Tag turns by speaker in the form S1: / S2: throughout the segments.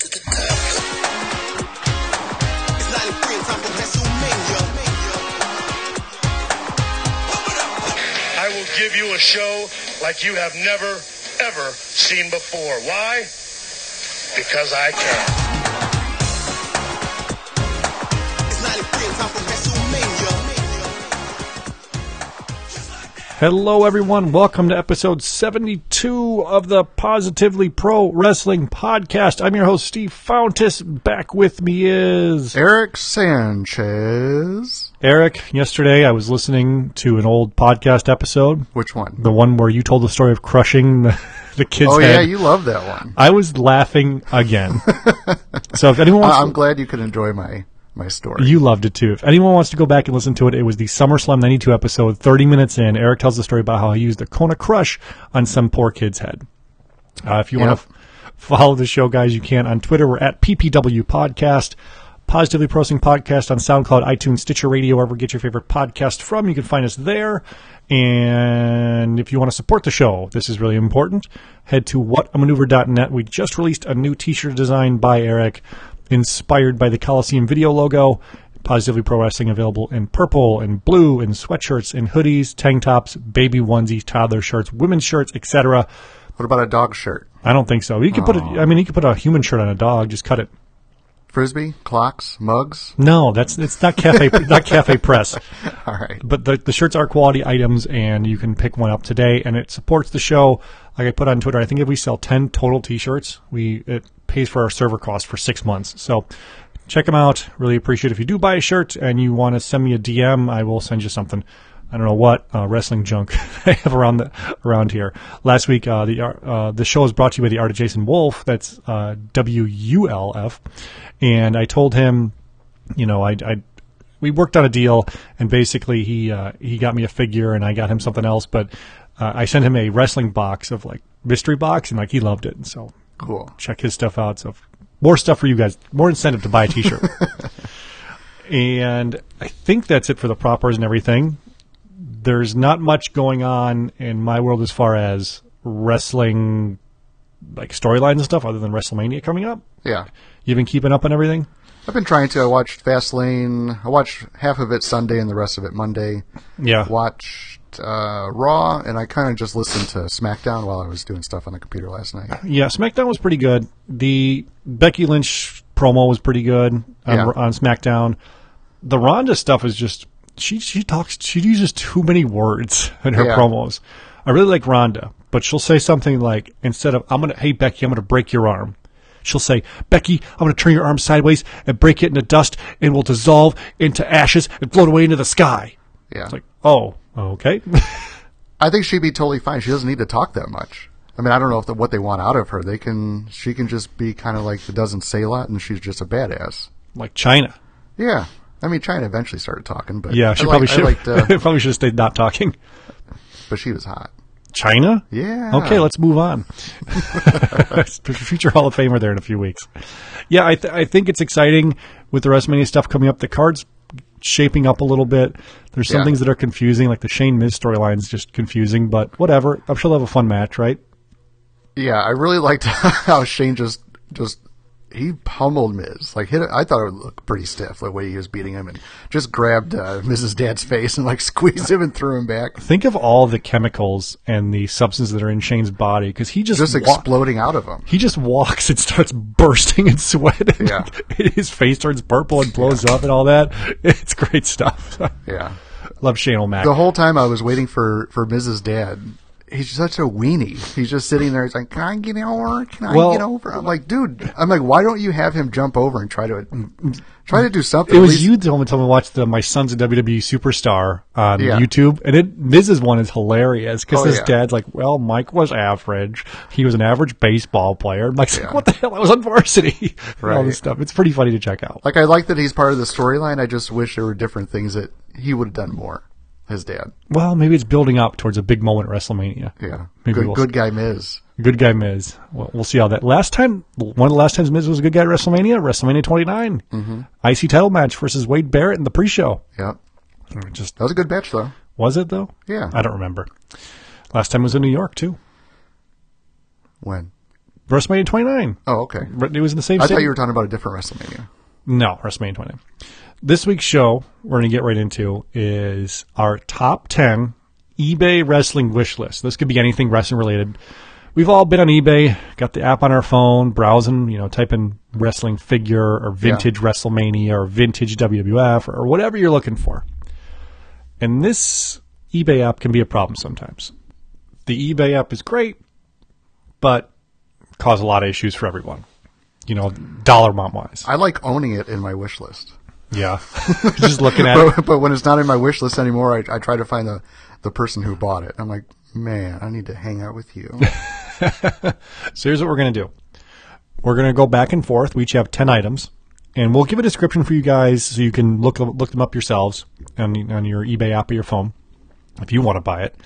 S1: to the top.
S2: It's 93 time for WrestleMania.
S3: I will give you a show like you have never, ever seen before. Why? Because I can.
S2: It's 93 time for WrestleMania.
S4: Hello, everyone. Welcome to episode 72 of the Positively Pro Wrestling Podcast. I'm your host, Steve Fountas. Back with me is
S5: Eric Sanchez.
S4: Eric. Yesterday, I was listening to an old podcast episode,
S5: Which one?
S4: the one where you told the story of crushing the, the kid's
S5: oh yeah,
S4: head.
S5: you love that one.
S4: I was laughing again. so if anyone wants
S5: I- I'm
S4: to-
S5: glad you could enjoy my my story.
S4: You loved it too. If anyone wants to go back and listen to it, it was the SummerSlam 92 episode, 30 minutes in. Eric tells the story about how he used a Kona Crush on some poor kid's head. Uh, if you
S5: Yep.
S4: want to f- follow the show, guys, you can on Twitter. We're at PPW Podcast. Positively Prosing Podcast on SoundCloud, iTunes, Stitcher Radio, wherever you get your favorite podcast from. You can find us there. And if you want to support the show, this is really important. Head to whatamaneuver.net. We just released a new t shirt design by Eric, inspired by the Coliseum video logo. Positively Pro Wrestling available in purple and blue, and sweatshirts, and hoodies, tank tops, baby onesies, toddler shirts, women's shirts, etc.
S5: what about a dog shirt?
S4: I don't think so. You could put a, I mean, you could put a human shirt on a dog. Just cut it.
S5: Frisbee, clocks, mugs.
S4: No, that's it's not cafe not cafe press.
S5: All right.
S4: But the the shirts are quality items, and you can pick one up today, and it supports the show. Like I put on Twitter, I think if we sell ten total T-shirts, we it pays for our server cost for six months. So check them out. Really appreciate it. if you do buy a shirt and you want to send me a DM. I will send you something. I don't know what uh, wrestling junk they have around the, around here. Last week, uh, the ar- uh, the show is brought to you by the art of Jason Wolf. That's uh, W U L F, and I told him, you know, I, I we worked on a deal, and basically he uh, he got me a figure, and I got him something else. But uh, I sent him a wrestling box of like mystery box, and like he loved it. And so
S5: Cool.
S4: check his stuff out. So more stuff for you guys, more incentive to buy a T-shirt. and I think that's it for the propers and everything. There's not much going on in my world as far as wrestling, like storylines and stuff, other than WrestleMania coming up.
S5: Yeah.
S4: You've been keeping up on everything.
S5: I've been trying to. I watched Fastlane. I watched half of it Sunday and the rest of it Monday.
S4: Yeah.
S5: Watched uh, Raw, and I kind of just listened to SmackDown while I was doing stuff on the computer last night.
S4: Yeah, SmackDown was pretty good. The Becky Lynch promo was pretty good on,
S5: Yeah.
S4: on SmackDown. The Ronda stuff is just she she talks she uses too many words in her
S5: Yeah.
S4: promos. I really like Ronda, but she'll say something like instead of I'm gonna hey Becky I'm gonna break your arm. She'll say, Becky, I'm going to turn your arm sideways and break it into dust and will dissolve into ashes and float away into the sky.
S5: Yeah.
S4: It's like, oh, okay.
S5: I think she'd be totally fine. She doesn't need to talk that much. I mean, I don't know if the, what they want out of her. They can. She can just be kind of like that doesn't say a lot, and she's just a badass.
S4: like China.
S5: Yeah. I mean, China eventually started talking, but
S4: Yeah, she
S5: I
S4: probably
S5: liked- I
S4: should
S5: liked, uh,
S4: probably should have stayed not talking.
S5: but she was hot.
S4: China?
S5: Yeah.
S4: Okay, let's move on. Future Hall of Famer there in a few weeks. Yeah, I, th- I think it's exciting with the WrestleMania stuff coming up. The card's shaping up a little bit. There's some
S5: Yeah.
S4: things that are confusing, like the Shane Miz storyline's just confusing, but whatever. I'm sure they'll have a fun match, right?
S5: Yeah, I really liked how Shane just just he pummeled Miz. Like hit. I thought it looked pretty stiff the way he was beating him, and just grabbed uh, Miz's dad's face and like squeezed him and threw him back,
S4: Think of all the chemicals and the substances that are in Shane's body because he just
S5: just
S4: wa-
S5: exploding out of him.
S4: He just walks and starts bursting in sweat. And
S5: Yeah.
S4: His face turns purple and blows up and all that. It's great stuff.
S5: Yeah.
S4: Love Shane O'Mac.
S5: The whole time I was waiting for for Miz's dad. he's such a weenie. He's just sitting there. He's like, "Can I get over? Can I
S4: Well-
S5: get over?" I'm like, "Dude, I'm like, why don't you have him jump over and try to try to do something?"
S4: It
S5: at
S4: was
S5: least-
S4: you that told me to watch the My Son's a WWE Superstar on
S5: Yeah.
S4: YouTube, and it Miz's one is hilarious because
S5: Oh,
S4: his
S5: yeah.
S4: dad's like, "Well, Mike was average. He was an average baseball player." I'm like,
S5: Yeah.
S4: "What the hell? I was on varsity." And All
S5: Right.
S4: this stuff. It's pretty funny to check out.
S5: Like, I like that he's part of the storyline. I just wish there were different things that he would have done more. His dad,
S4: Well, maybe it's building up towards a big moment at WrestleMania.
S5: yeah,
S4: Maybe
S5: good
S4: we'll-
S5: good guy Miz.
S4: Good guy Miz. We'll, we'll see how that. Last time, one of the last times Miz was a good guy at WrestleMania, WrestleMania 29, mm-hmm. IC title match versus Wade Barrett in the pre-show.
S5: Yeah,
S4: Just
S5: that was a good match though.
S4: was it though?
S5: Yeah.
S4: I don't remember. Last time was in New York too.
S5: When?
S4: WrestleMania 29.
S5: Oh, okay.
S4: But it was in the same.
S5: I
S4: city.
S5: thought you were talking about a different WrestleMania.
S4: No, WrestleMania 29. This week's show we're going to get right into is our top 10 eBay wrestling wish list. This could be anything wrestling related. We've all been on eBay, got the app on our phone, browsing, you know, typing wrestling figure or vintage WrestleMania or vintage WWF or whatever you're looking for. And this eBay app can be a problem sometimes. The eBay app is great, but cause a lot of issues for everyone. You know, dollar amount wise.
S5: I like owning it in my wish list.
S4: Yeah. Just looking at it.
S5: but, but when it's not in my wish list anymore, I, I try to find the, the person who bought it. I'm like, man, I need to hang out with you.
S4: So here's what we're going to do. We're going to go back and forth. We each have 10 items and we'll give a description for you guys so you can look look them up yourselves on, on your eBay app or your phone if you want to buy it.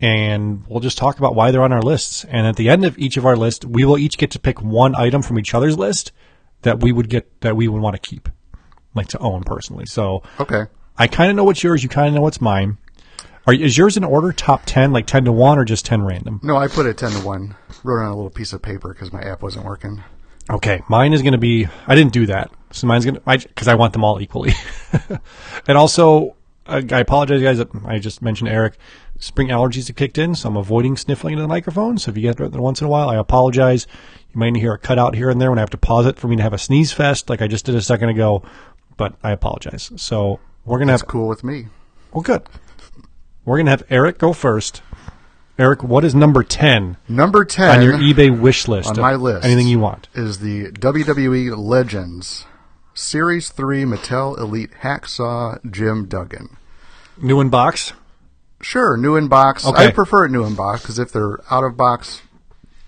S4: And we'll just talk about why they're on our lists. And at the end of each of our list, we will each get to pick one item from each other's list that we would get that we would want to keep, like to own personally. So
S5: okay.
S4: I kind of know what's yours. You kind of know what's mine. Are, is yours in order top 10, like 10 to 1 or just 10 random?
S5: No, I put it 10 to 1. Wrote it on a little piece of paper because my app wasn't working.
S4: Okay, mine is going to be. I didn't do that, so mine's going to because I want them all equally. and also, I, I apologize, guys. that I just mentioned Eric. Spring allergies have kicked in, so I'm avoiding sniffling into the microphone. So if you get it once in a while, I apologize. You might hear a cutout here and there when I have to pause it for me to have a sneeze fest, like I just did a second ago. But I apologize. So we're gonna have
S5: Cool with me.
S4: well, good. We're gonna have Eric go first. Eric, what is number ten
S5: Number 10
S4: on your eBay wish list?
S5: on
S4: of
S5: my list.
S4: anything you want.
S5: is the WWE Legends Series 3 Mattel Elite Hacksaw Jim Duggan.
S4: New in box.
S5: Sure, new in box.
S4: Okay.
S5: I prefer it new in box because if they're out of box,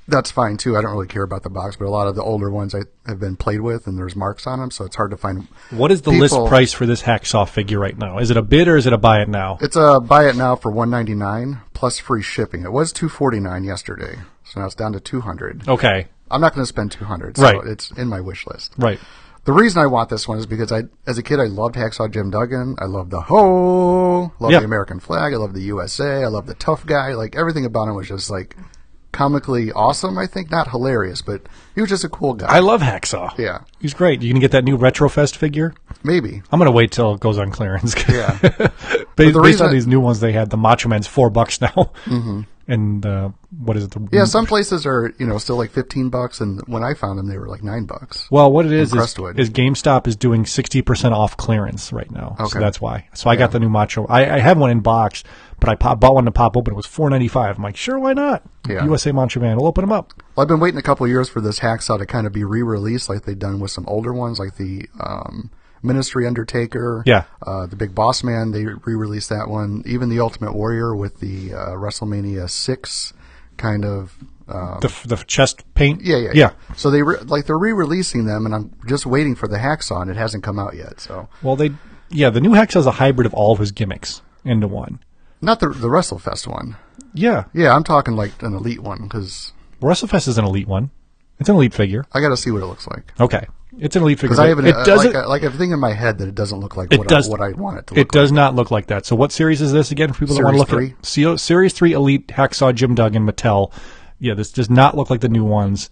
S5: that's fine too. I don't really care about the box, but a lot of the older ones I have been played with and there's marks on them, so it's hard to find.
S4: What is the list
S5: people-
S4: price for this hacksaw figure right now? Is it a bid or is it a buy it now?
S5: It's a buy it now for one ninety nine plus free shipping. It was two forty nine yesterday, so now it's down to two hundred.
S4: Okay,
S5: I'm not going to spend two hundred. So
S4: Right.
S5: It's in my wish list.
S4: right.
S5: The reason I want this one is because I, as a kid, I loved Hacksaw Jim Duggan. I loved the ho, loved
S4: Yeah.
S5: the American flag. I loved the USA. I loved the tough guy. Like everything about him was just like comically awesome. I think not hilarious, but he was just a cool guy.
S4: I love hacksaw.
S5: Yeah.
S4: he's great. You can get that new Retrofest figure.
S5: Maybe.
S4: I'm gonna wait till it goes on clearance.
S5: Yeah.
S4: based,
S5: the
S4: based
S5: reason
S4: on
S5: I-
S4: these new ones they had, the Macho Man's four bucks now, and uh, what is it? The,
S5: yeah. Some places are you know still like fifteen bucks, and when I found them, they were like nine bucks.
S4: Well, what it is
S5: And
S4: is,
S5: Crestwood.
S4: is GameStop is doing sixty percent off clearance right now, so
S5: Okay.
S4: that's why. So I got the new Macho. I, I have one in box, but I pop, bought one to pop open. It was four ninety five. I'm like, sure, why not?
S5: Yeah.
S4: USA Macho Man. We'll open them up.
S5: Well, I've been waiting a couple years for this hacksaw to kind of be re-released, like they've done with some older ones, like the um, Ministry Undertaker.
S4: Yeah.
S5: Uh, the Big Boss Man. They re-released that one. Even the Ultimate Warrior with the uh, WrestleMania six kind of. Uh,
S4: The f- the f- chest paint.
S5: yeah, yeah,
S4: yeah.
S5: So they re- like they're re-releasing them, and I'm just waiting for the hacksaw, and it hasn't come out yet. So
S4: Well, they yeah, the new Hex has a hybrid of all of his gimmicks into one.
S5: not the the WrestleFest one.
S4: Yeah,
S5: Yeah, I'm talking like an elite one because
S4: WrestleFest is an elite one. It's an elite figure.
S5: I got to see what it looks like.
S4: Okay, it's an elite figure.
S5: Because I have an,
S4: it
S5: uh,
S4: doesn't.
S5: like, I- like a thing in my head that it doesn't look like
S4: It
S5: what,
S4: does-
S5: I, what I want it to look
S4: it
S5: like.
S4: does not look like that. So, what series is this again? For people that want to
S5: Series
S4: look
S5: three.
S4: at Se- Series Three Elite Hacksaw Jim Duggan Mattel. Yeah, this does not look like the new ones,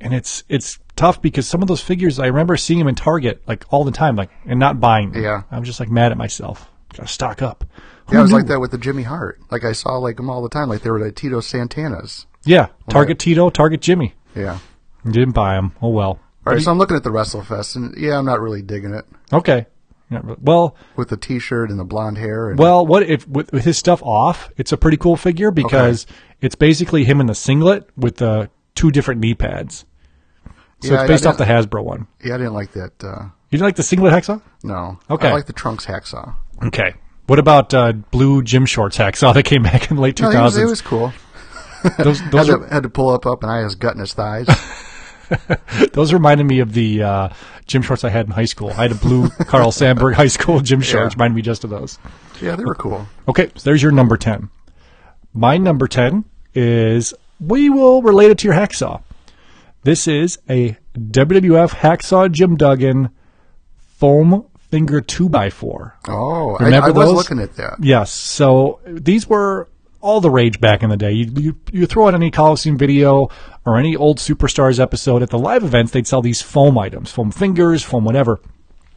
S4: and it's it's tough because some of those figures I remember seeing them in Target like all the time, like and not buying. Them.
S5: Yeah.
S4: I'm just like mad at myself. Gotta stock up.
S5: Yeah,
S4: Who
S5: I was
S4: knew?
S5: like that with the Jimmy Hart. Like I saw like them all the time. Like they were like Tito Santana's.
S4: Yeah, Target Tito, Target Jimmy.
S5: Yeah.
S4: Didn't buy them. Oh well.
S5: All right. So I'm looking at the WrestleFest, and yeah, I'm not really digging it.
S4: Okay. Not really- Well,
S5: with the T-shirt and the blonde hair. And,
S4: well, what if with, with his stuff off? It's a pretty cool figure because it's basically him in the singlet with the two different knee pads. So
S5: Yeah, I-
S4: it's based
S5: I
S4: off the Hasbro one.
S5: yeah, I didn't like that. Uh,
S4: You didn't like the singlet hacksaw?
S5: no,
S4: Okay.
S5: I like the trunks hacksaw.
S4: Okay. What about uh, blue gym shorts hacksaw that came back in the late
S5: No,
S4: two
S5: it was, it
S4: thousands?
S5: was cool.
S4: those
S5: Had
S4: those,
S5: to,
S4: are,
S5: had to pull up up, and I was gutting his thighs.
S4: those reminded me of the uh, gym shorts I had in high school. I had a blue Carl Sandburg high school gym shorts. Reminded me just of those.
S5: yeah, they were cool.
S4: Okay, so there's your number 10. My number 10 is we will relate it to your hacksaw. This is a WWF hacksaw Jim Duggan foam finger 2x4.
S5: Oh, I,
S4: Remember
S5: I was
S4: those?
S5: looking at that.
S4: Yes, so these were all the rage back in the day. You, you, you throw out any Coliseum video or any old Superstars episode at the live events, they'd sell these foam items foam fingers, foam whatever.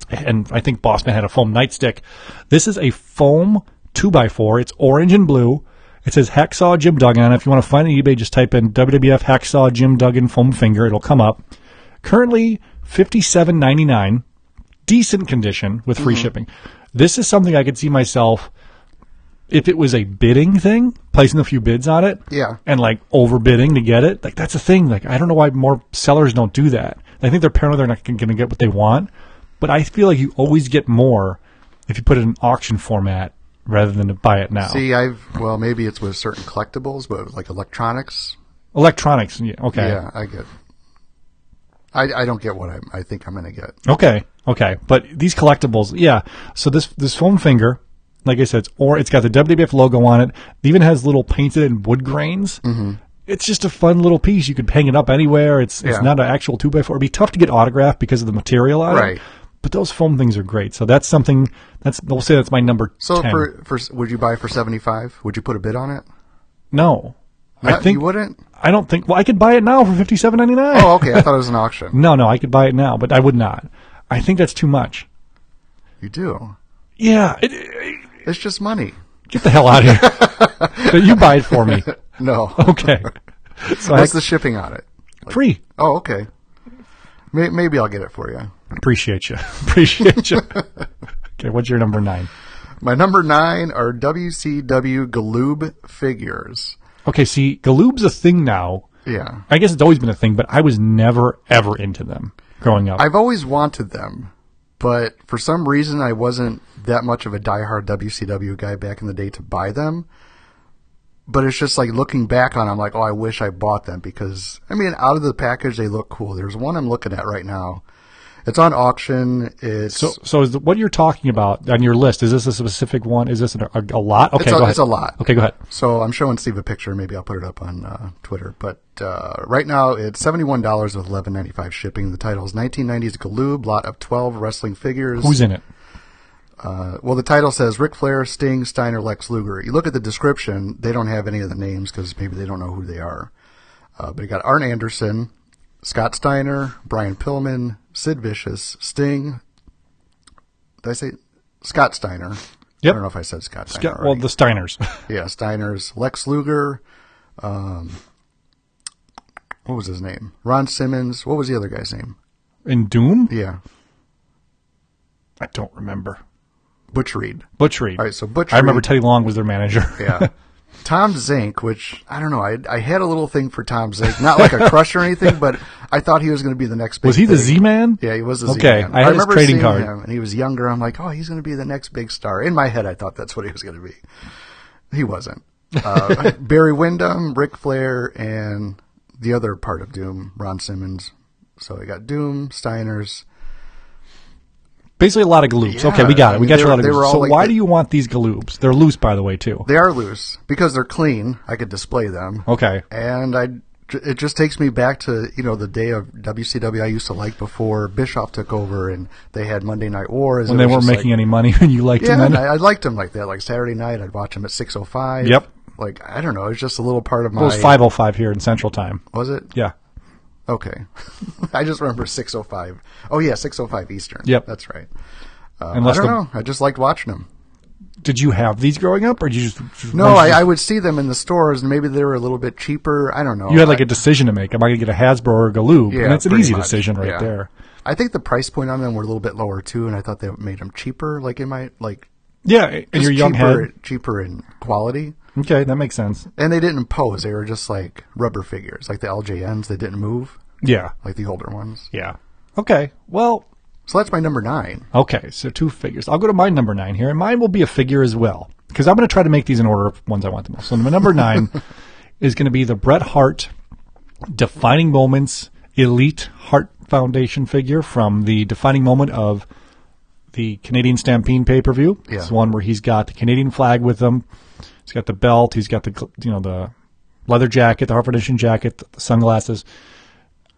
S4: And I think Bossman had a foam nightstick. This is a foam 2x4. It's orange and blue. It says Hacksaw Jim Duggan. If you want to find it on eBay, just type in WWF Hacksaw Jim Duggan foam finger. It'll come up. Currently, fifty-seven ninety-nine. Decent condition with free
S5: Mm-hmm.
S4: shipping. This is something I could see myself if it was a bidding thing, placing a few bids on it,
S5: Yeah.
S4: and like overbidding to get it, like that's a thing. Like I don't know why more sellers don't do that. I think they're paranoid they're not going to get what they want, but I feel like you always get more if you put it in auction format rather than to buy it now.
S5: See, I've well, maybe it's with certain collectibles, but with, like electronics.
S4: Electronics, yeah, okay,
S5: Yeah, I get. I, I don't get what I, I think I'm going to get.
S4: okay, okay. But these collectibles, yeah. So this this foam finger. Like I said, it's or it's got the WWF logo on it. It even has little painted and wood grains. Mm-hmm. it's just a fun little piece. You could hang it up anywhere. It's
S5: Yeah.
S4: it's not an actual two by four. It'd be tough to get autographed because of the material on
S5: Right.
S4: it. But those foam things are great. So that's something that's we'll say that's my number.
S5: So
S4: 10.
S5: for for would you buy for seventy five? Would you put a bid on it?
S4: no, I
S5: No,
S4: think
S5: you wouldn't.
S4: I don't think. Well, I could buy it now for fifty seven ninety nine.
S5: Oh, okay. I thought it was an auction.
S4: no, no, I could buy it now, but I would not. I think that's too much.
S5: You do.
S4: Yeah, it- it-
S5: It's just money.
S4: get the hell out of here. but you buy it for me,
S5: No.
S4: okay? So
S5: What's
S4: I
S5: the shipping on it?
S4: free.
S5: Oh, okay. May- Maybe I'll get it for you.
S4: Appreciate you. Appreciate you. okay, what's your number nine?
S5: My number nine are WCW Galoob figures.
S4: Okay, see, Galoob's a thing now.
S5: Yeah.
S4: I guess it's always been a thing, but I was never ever into them growing up.
S5: I've always wanted them, but for some reason I wasn't that much of a diehard WCW guy back in the day to buy them. But it's just like looking back on, it, I'm like, oh, I wish I bought them because I mean, out of the package they look cool. There's one I'm looking at right now. It's on auction. It's
S4: so, so is the, what you're talking about on your list? Is this a specific one? Is this an, a, a lot? Okay,
S5: It's a-
S4: go ahead.
S5: it's a lot.
S4: Okay, go ahead.
S5: So I'm showing Steve a picture. Maybe I'll put it up on uh, Twitter. But uh, right now it's seventy one dollars with eleven ninety five shipping. The title is 1990s Galoob, lot of twelve wrestling figures.
S4: Who's in it?
S5: Uh, well, the title says Ric Flair, Sting, Steiner, Lex Luger. You look at the description; they don't have any of the names because maybe they don't know who they are. Uh, but you got Arn Anderson, Scott Steiner, Brian Pillman, Sid Vicious, Sting. Did I say Scott Steiner? I
S4: Yep.
S5: don't know if I said Scott Steiner.
S4: Yeah, well,
S5: already.
S4: the Steiners.
S5: Yeah, Steiner's Lex Luger. Um, what was his name? Ron Simmons. What was the other guy's name?
S4: in Doom?
S5: Yeah,
S4: I don't remember.
S5: Butch Reed.
S4: Butch Reed.
S5: All right, so Butch.
S4: I remember
S5: Reed,
S4: Teddy Long was their manager.
S5: yeah. Tom Zink, which I don't know, I I had a little thing for Tom Zink, not like a crush or anything, but I thought he was going to be the next. Big
S4: was he the
S5: thing.
S4: Z Man?
S5: Yeah, he was the
S4: Okay,
S5: Z-Man.
S4: I had his
S5: remember
S4: trading
S5: seeing
S4: card.
S5: him, and he was younger. I'm like, oh, he's going to be the next big star. In my head, I thought that's what he was going to be. He wasn't. Uh, Barry Windham, Ric Flair, and the other part of Doom, Ron Simmons. So we got Doom, Steiner's.
S4: Basically, a lot of Galoobs.
S5: Yeah,
S4: okay, we got
S5: I
S4: it. We got
S5: mean, they
S4: you a
S5: were-
S4: lot of
S5: they were
S4: Galoobs.
S5: all
S4: So
S5: like
S4: why
S5: the-
S4: do you want these Galoobs? They're loose, by the way, too.
S5: They are loose because they're clean. I could display them.
S4: Okay.
S5: and I it just takes me back to you know the day of WCW I used to like before Bischoff took over and they had Monday Night War
S4: When they weren't making any money, and you liked
S5: yeah
S4: them.
S5: and
S4: then?
S5: I, I liked them like that like Saturday night I'd watch them at six oh five
S4: Yep.
S5: like I don't know it was just a little part of my
S4: it was 505 here in Central Time.
S5: was it
S4: Yeah.
S5: okay I just remember six oh five oh yeah six oh five Eastern
S4: Yep.
S5: that's right
S4: Unless
S5: Uh, I don't
S4: the-
S5: know I just liked watching them
S4: did you have these growing up, or did you just, just
S5: No, I, I would see them in the stores, and maybe they were a little bit cheaper. I don't know.
S4: you had like
S5: I-
S4: a decision to make. Am I going to get a Hasbro or a Galoob?
S5: Yeah,
S4: and that's an
S5: pretty
S4: easy
S5: much.
S4: decision right
S5: Yeah.
S4: there.
S5: I think the price point on them were a little bit lower too, and I thought that made them cheaper. Like it might like
S4: Yeah, and
S5: just
S4: your young
S5: cheaper,
S4: head.
S5: cheaper in quality.
S4: Okay, that makes sense.
S5: And they didn't pose; they were just like rubber figures, like the LJNs. They didn't move
S4: Yeah,
S5: like the older ones.
S4: yeah. Okay, well,
S5: So that's my number nine.
S4: Okay, so two figures. I'll go to my number nine here, and mine will be a figure as well because I'm going to try to make these in order of ones I want the most. So my number nine is going to be the Bret Hart defining moments elite Hart Foundation figure from the defining moment of the Canadian Stampede pay per view.
S5: Yeah.
S4: It's the one where he's got the Canadian flag with him. He's got the belt. He's got the gl- you know the leather jacket, the Hart Foundation jacket, the sunglasses.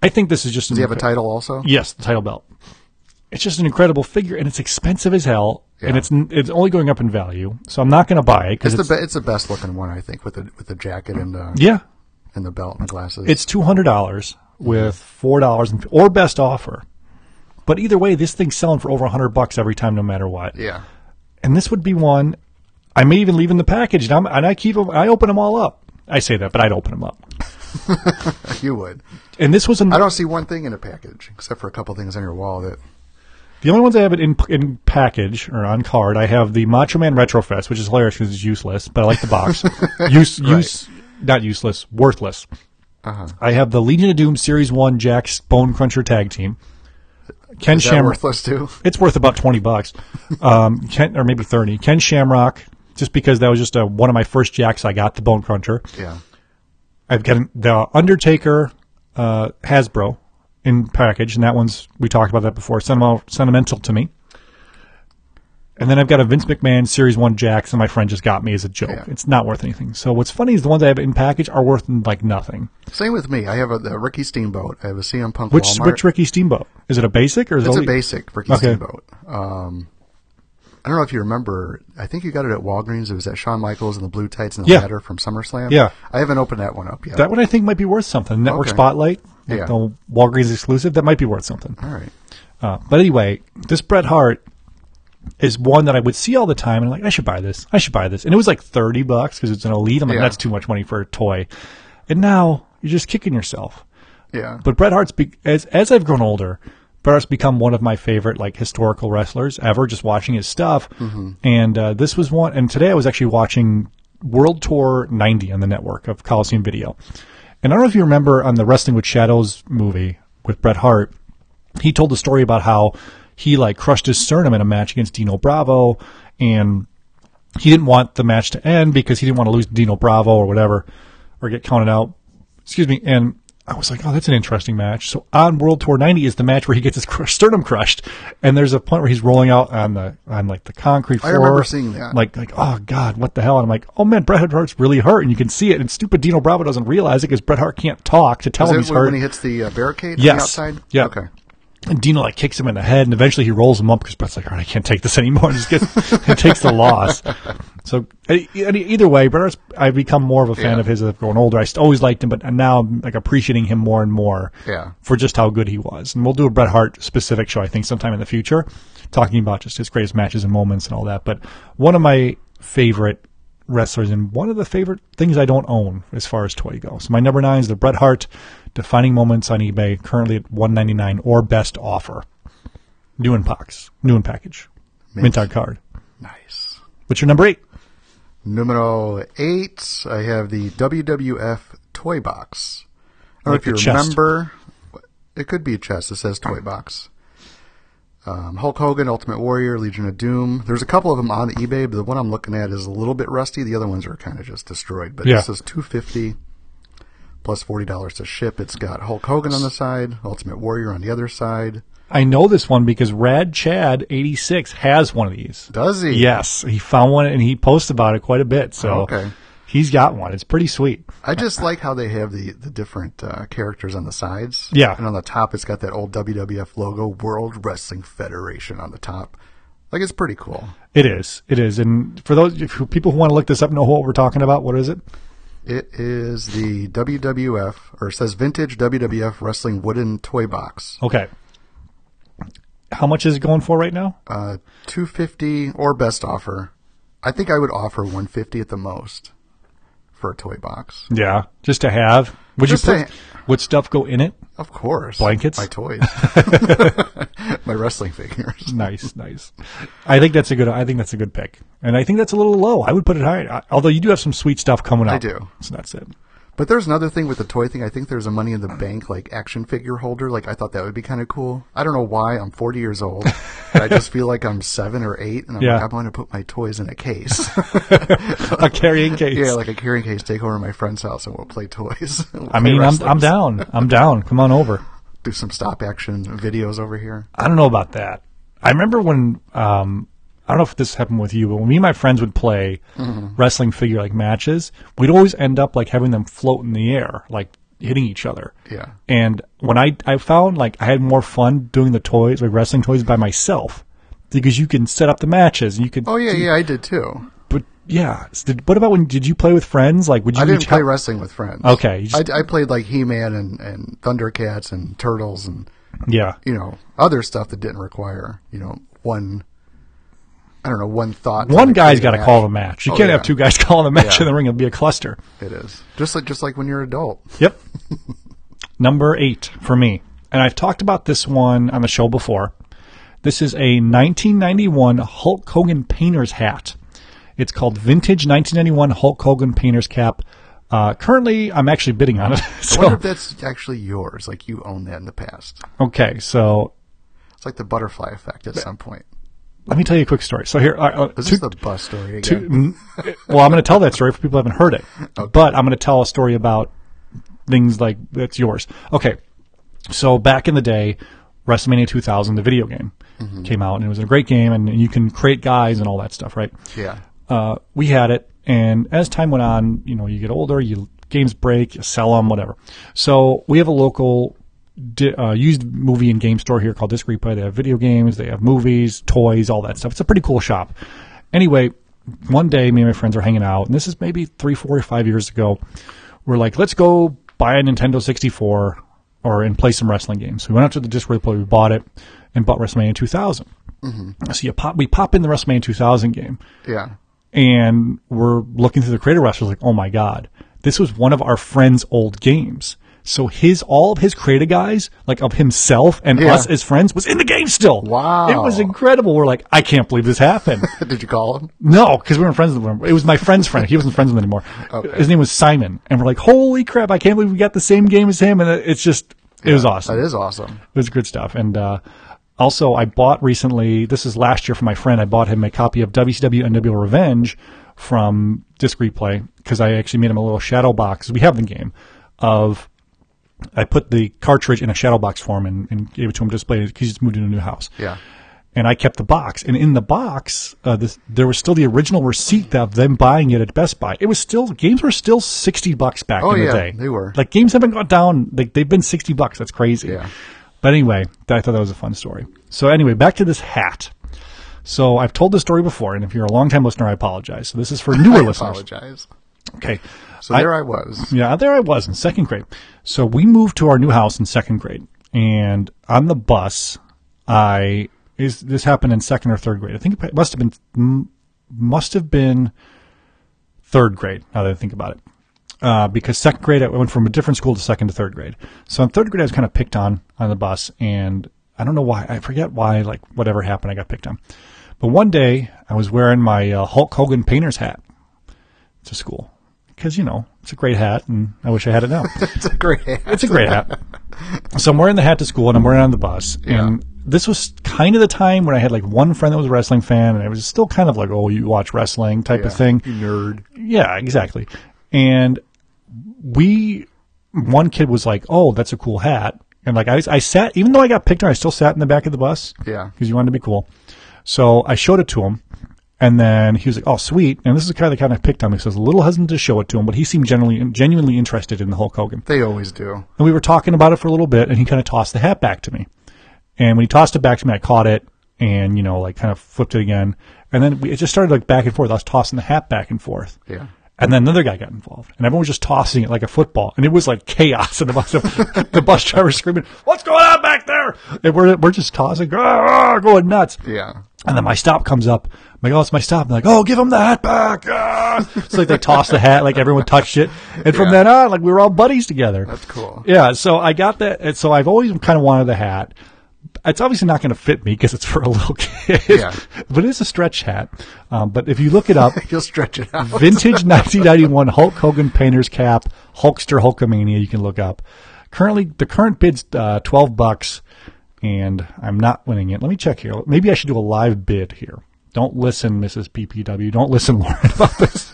S4: I think this is just
S5: Does he have a title also?
S4: Yes, the title belt. It's just an incredible figure, and it's expensive as hell, and
S5: Yeah.
S4: it's n- it's only going up in value. So I'm not going to buy it
S5: It's,
S4: because it's,
S5: the be- it's the best looking one, I think, with the with the jacket and the
S4: yeah,
S5: and the belt and the glasses.
S4: it's two hundred dollars with four dollars or best offer. But either way, this thing's selling for over hundred bucks every time, no matter what.
S5: yeah,
S4: And this would be one I may even leave in the package, and, I'm, and I keep 'em- I open them all up. I say that, but I'd open them up.
S5: you would.
S4: And this was an,
S5: I don't see one thing in a package except for a couple things on your wall that
S4: The only ones I have it in in package or on card, I have the Macho Man Retrofest, which is hilarious because it's useless, but I like the box. use use not useless, worthless.
S5: Uh-huh.
S4: I have the Legion of Doom Series One Jack's Bone Cruncher Tag Team. Ken
S5: is that
S4: Shamrock.
S5: worthless too.
S4: It's worth about twenty bucks, um, Ken, or maybe thirty. Ken Shamrock, just because that was just a, one of my first Jacks I got, the Bone Cruncher.
S5: Yeah,
S4: I've got the Undertaker uh, Hasbro in package, and that one's we talked about that before. Sentimental, sentimental to me. And then I've got a Vince McMahon Series One Jackson. My friend just got me as a joke.
S5: Yeah.
S4: It's not worth anything. So what's funny is the ones I have in package are worth like nothing.
S5: same with me. I have a the Ricky Steamboat. I have a CM Punk.
S4: Which
S5: Walmart.
S4: which Ricky Steamboat is it a basic or is
S5: It's
S4: it
S5: a basic Ricky
S4: Okay.
S5: Steamboat. Um, I don't know if you remember. I think you got it at Walgreens. It was at Shawn Michaels in the blue tights and the
S4: Yeah.
S5: ladder from SummerSlam.
S4: Yeah.
S5: I haven't opened that one up yet.
S4: That one I think might be worth something. Network
S5: Okay.
S4: Spotlight, like
S5: Yeah.
S4: the Walgreens exclusive, that might be worth something.
S5: All right.
S4: Uh, but anyway, this Bret Hart is one that I would see all the time, and I'm like, I should buy this. I should buy this. And it was like thirty bucks because it's an elite. I'm like,
S5: Yeah.
S4: that's too much money for a toy. And now you're just kicking yourself.
S5: Yeah.
S4: But Bret Hart's be- as as I've grown older, Bret Hart's become one of my favorite like historical wrestlers ever. Just watching his stuff, and uh, this was one. And today I was actually watching World Tour '90 on the network of Coliseum Video. And I don't know if you remember on the Wrestling with Shadows movie with Bret Hart, he told the story about how he like crushed his sternum in a match against Dino Bravo, and he didn't want the match to end because he didn't want to lose to Dino Bravo or whatever, or get counted out. Excuse me. And I was like, oh, that's an interesting match. So on World Tour 90 is the match where he gets his cr- sternum crushed, and there's a point where he's rolling out on the on like the concrete
S5: I
S4: floor.
S5: remember seeing that.
S4: Like like oh god, what the hell? And I'm like, oh man, Bret Hart's really hurt, and you can see it. And stupid Dino Bravo doesn't realize it because Bret Hart can't talk to tell
S5: Is
S4: him
S5: that
S4: he's
S5: when,
S4: hurt.
S5: when he hits the uh, barricade on
S4: Yes.
S5: the outside?
S4: Yeah.
S5: Okay.
S4: And Dino like kicks him in the head, and eventually he rolls him up because Brett's like, "All right, I can't take this anymore." And just gets and takes the loss. So e- e- either way, Brett, I've become more of a fan
S5: Yeah.
S4: of his as I've grown older. I st- always liked him, but now I'm like appreciating him more and more
S5: Yeah.
S4: for just how good he was. And we'll do a Bret Hart specific show, I think, sometime in the future, talking about just his greatest matches and moments and all that. But one of my favorite wrestlers and one of the favorite things I don't own as far as toy goes. My number nine is the Bret Hart defining moments on eBay, currently at one ninety nine or best offer. New in box, new in package, mint on card.
S5: Nice.
S4: What's your number eight?
S5: Numero eight, I have the WWF toy box. I don't
S4: Like the
S5: know if you
S4: chest.
S5: remember. It could be a chest that says toy box. Um, Hulk Hogan, Ultimate Warrior, Legion of Doom. There's a couple of them on eBay, but the one I'm looking at is a little bit rusty. The other ones are kind of just destroyed. But
S4: Yeah.
S5: this is 250 plus $40 to ship. It's got Hulk Hogan on the side, Ultimate Warrior on the other side.
S4: I know this one because Rad Chad eighty six has one of these.
S5: Does he?
S4: Yes, he found one and he posts about it quite a bit. So
S5: Oh, Okay.
S4: he's got one. It's pretty sweet.
S5: I just like how they have the the different uh, characters on the sides.
S4: Yeah.
S5: and on the top, it's got that old WWF logo, World Wrestling Federation, on the top. Like it's pretty cool.
S4: It is. It is. And for those if who- people who want to look this up, know what we're talking about. What is it?
S5: It is the WWF, or it says vintage WWF wrestling wooden toy box,
S4: Okay. How much is it going for right now?
S5: uh, two fifty or best offer. I think I would offer 150 at the most for a toy box.
S4: Yeah, just to have. Would
S5: Just
S4: you
S5: to
S4: put? Would stuff go in it?
S5: Of course,
S4: Blankets?
S5: my toys, my wrestling figures.
S4: Nice, nice. I think that's a good. I think that's a good pick, and I think that's a little low. I would put it high. I- Although you do have some sweet stuff coming up.
S5: I do.
S4: So that's it.
S5: But there's another thing with the toy thing. I think there's a money in the bank like action figure holder. Like I thought that would be kind of cool. I don't know why. I'm 40 years old. but I just feel like I'm seven or eight, and I'm
S4: Yeah.
S5: like I want to put my toys in a case.
S4: A carrying case.
S5: yeah, like a carrying case. Take over to my friend's house, and we'll play toys. We'll
S4: I
S5: play
S4: mean, I'm, I'm
S5: wrestlers.
S4: down. I'm down. Come on over.
S5: Do some stop action videos over here.
S4: I don't know about that. I remember when um, I don't know if this happened with you, but when me and my friends would play
S5: Mm-hmm.
S4: wrestling figure like matches, we'd always end up like having them float in the air, like hitting each other.
S5: Yeah.
S4: And when I I found like I had more fun doing the toys like wrestling toys by myself because you can set up the matches and you can.
S5: Oh yeah, yeah, I did too.
S4: But yeah, So did, what about when did you play with friends? Like, would you?
S5: I didn't
S4: each
S5: play
S4: have-
S5: wrestling with friends.
S4: Okay, you just-
S5: I, I played like He Man and, and Thundercats and Turtles and
S4: Yeah.
S5: you know other stuff that didn't require you know one. I don't know one thought.
S4: One guy's got
S5: got
S4: to call the match. You
S5: Oh,
S4: can't
S5: yeah.
S4: have two guys calling the match
S5: Yeah.
S4: in the ring; it'll be a cluster.
S5: It is just like just like when you're an adult.
S4: Yep. Number eight for me. And I've talked about this one on the show before. This is a 1991 Hulk Hogan painter's hat. It's called Vintage 1991 Hulk Hogan painter's cap. Uh, currently, I'm actually bidding on it.
S5: I wonder
S4: So,
S5: if that's actually yours. Like you owned that in the past.
S4: okay, so
S5: It's like the butterfly effect at some point.
S4: let me tell you a quick story. So here, uh, uh,
S5: Is
S4: two-
S5: this the bus story
S4: two-
S5: again?
S4: mm, well, I'm going to tell that story for people who haven't heard it, but I'm going to tell a story about things like that's yours. Okay, so back in the day, WrestleMania 2000, the video game came out, and it was a great game, and, and you can create guys and all that stuff, right?
S5: Yeah.
S4: Uh, we had it, and as time went on, you know, you get older, you games break, you sell them, whatever. So we have a local. Di- uh, used movie and game store here called Disc Replay. They have video games, they have movies, toys, all that stuff. It's a pretty cool shop. Anyway, one day me and my friends are hanging out, and this is maybe three, four, or five years ago. We're like, let's go buy a Nintendo 64 or and play some wrestling games. We went out to the disc replay, we bought it, and bought WrestleMania 2000. So you pop, we pop in the WrestleMania 2000 game,
S5: Yeah.
S4: and we're looking through the creator roster, like, oh my god, this was one of our friend's old games. So his all of his creator guys, like of himself and
S5: Yeah.
S4: us as friends, was in the game still.
S5: Wow.
S4: it was incredible. We're like, I can't believe this happened.
S5: Did you call him?
S4: No, because we weren't friends with him. It was my friend's friend. He wasn't friends with him anymore. His name was Simon, and we're like, "Holy crap! I can't believe we got the same game as him." And it's just, it was awesome.
S5: That is awesome.
S4: It was good stuff. And uh, also, I bought recently. This is last year for my friend. I bought him a copy of WCW NWO Revenge from Disc Replay because I actually made him a little shadow box. We have the game of. I put the cartridge in a shadow box form and, and gave it to him to display because he's moved into a new house
S5: Yeah.
S4: and I kept the box. And in the box, uh, this, there was still the original receipt of them buying it at Best Buy. It was still games were still sixty bucks back
S5: Oh,
S4: in the
S5: yeah,
S4: day.
S5: they were.
S4: like games haven't gone down. Like they've been sixty bucks. That's crazy.
S5: Yeah.
S4: But anyway, I thought that was a fun story. So anyway, back to this hat. So I've told this story before, and if you're a long time listener, I apologize. So this is for newer listeners.
S5: Apologize.
S4: Okay.
S5: So there I was.
S4: Yeah, there I was in second grade. So we moved to our new house in second grade, and on the bus, I is this happened in second or third grade? I think it must have been m- must have been third grade. Now that I think about it, uh, because second grade I went from a different school to second to third grade. So in third grade I was kind of picked on on the bus, and I don't know why. I forget why. Like whatever happened, I got picked on. But one day I was wearing my uh, Hulk Hogan painter's hat to school because you know it's a great hat, and I wish I had it now.
S5: It's a great hat.
S4: it's a great hat. So I'm wearing the hat to school, and I'm wearing it on the bus. And this was kind of the time when I had like one friend that was a wrestling fan, and it was still kind of like, oh, you watch wrestling type of thing.
S5: Nerd.
S4: Yeah, exactly. And we, one kid was like, "Oh, that's a cool hat," and like I, I sat, even though I got picked on, I still sat in the back of the bus.
S5: Yeah.
S4: because you wanted to be cool. So I showed it to him, and then he was like, "Oh, sweet." And this is kind of the kind I picked on. He says a little hesitant to show it to him, but he seemed generally genuinely interested in the Hulk Hogan.
S5: They always do.
S4: And we were talking about it for a little bit, and he kind of tossed the hat back to me. And when he tossed it back to me, I caught it and you know like kind of flipped it again, and then we, it just started like back and forth. I was tossing the hat back and forth.
S5: Yeah.
S4: And then another guy got involved, and everyone was just tossing it like a football, and it was like chaos. And the bus, the bus driver screaming, "What's going on back there?" And we're we're just tossing, "Ah, ah," going nuts.
S5: Yeah.
S4: And then my stop comes up. I'm like, oh, it's my stop. I'm like, oh, give him the hat back. Ah. It's like they tossed the hat, like everyone touched it. And from
S5: Yeah.
S4: then on, like we were all buddies together.
S5: That's cool.
S4: Yeah. So I got that. And so I've always kind of wanted the hat. It's obviously not going to fit me because it's for a little kid.
S5: Yeah.
S4: But it's a stretch hat. Um, but if you look it up,
S5: You'll stretch it out.
S4: vintage 1991 Hulk Hogan painter's cap, Hulkster Hulkamania. You can look up. Currently, the current bid's uh, 12 bucks, and I'm not winning it. Let me check here. Maybe I should do a live bid here. Don't listen, Mrs. PPW. Don't listen, Lauren. About this.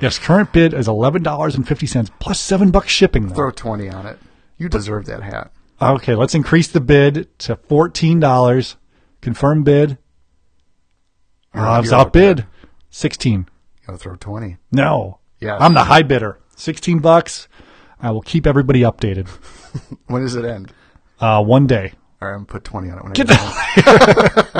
S4: yes, current bid is eleven dollars and fifty cents plus seven bucks shipping. Though.
S5: Throw 20 on it. You deserve that hat.
S4: Okay, let's increase the bid to fourteen dollars. Confirm bid. I was
S5: you're
S4: outbid. Sixteen.
S5: Gotta throw 20.
S4: No.
S5: Yes.
S4: I'm the high bidder. 16 bucks. I will keep everybody updated.
S5: When does it end?
S4: Uh, one day.
S5: All right, I'm gonna put 20 on it. When I
S4: Get
S5: get
S4: the-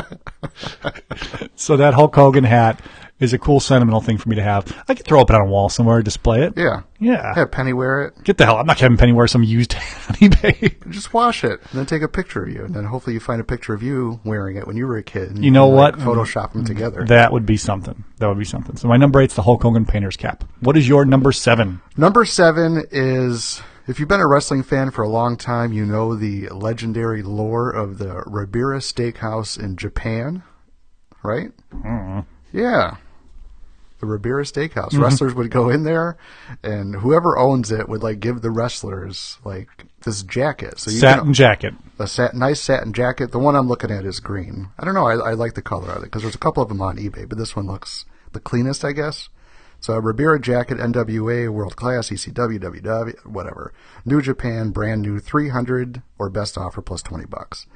S4: So that Hulk Hogan hat is a cool sentimental thing for me to have. I could throw it up on a wall somewhere, display it.
S5: yeah.
S4: Yeah.
S5: Have Penny wear it.
S4: Get the hell. I'm not having Penny wear some used hat on eBay.
S5: Just wash it, and then take a picture of you, and then hopefully you find a picture of you wearing it when you were a kid. And
S4: You know
S5: can, like,
S4: what? Mm-hmm.
S5: Photoshop them together.
S4: that would be something. That would be something. So my number eight's the Hulk Hogan painter's cap. What is your number seven?
S5: Number seven is if you've been a wrestling fan for a long time, you know the legendary lore of the Ribera Steakhouse in Japan, right?
S4: Mm-hmm.
S5: Yeah. The Ribera Steakhouse. Wrestlers would go in there, and whoever owns it would like give the wrestlers like this jacket. So you can-
S4: Satin jacket.
S5: a sat, nice satin jacket. The one I'm looking at is green. I don't know. I, I like the color of it because there's a couple of them on eBay, but this one looks the cleanest, I guess. So a Ribera jacket, NWA, World Class, E ECW, WW, whatever. New Japan, brand new, 300 or best offer plus 20 bucks.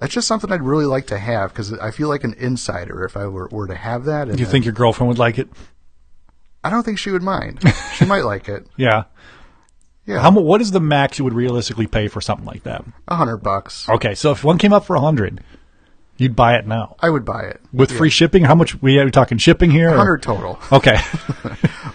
S5: That's just something I'd really like to have because I feel like an insider if I were, were to have that. And
S4: Do you
S5: then-
S4: think your girlfriend would like it?
S5: I don't think she would mind. she might like it.
S4: Yeah.
S5: Yeah.
S4: How mu- What is the max you would realistically pay for something like that?
S5: A hundred bucks.
S4: Okay, so if one came up for a hundred, you'd buy it now.
S5: I would buy it.
S4: with free shipping. How much we are we talking shipping here? or-
S5: 100 total.
S4: Okay,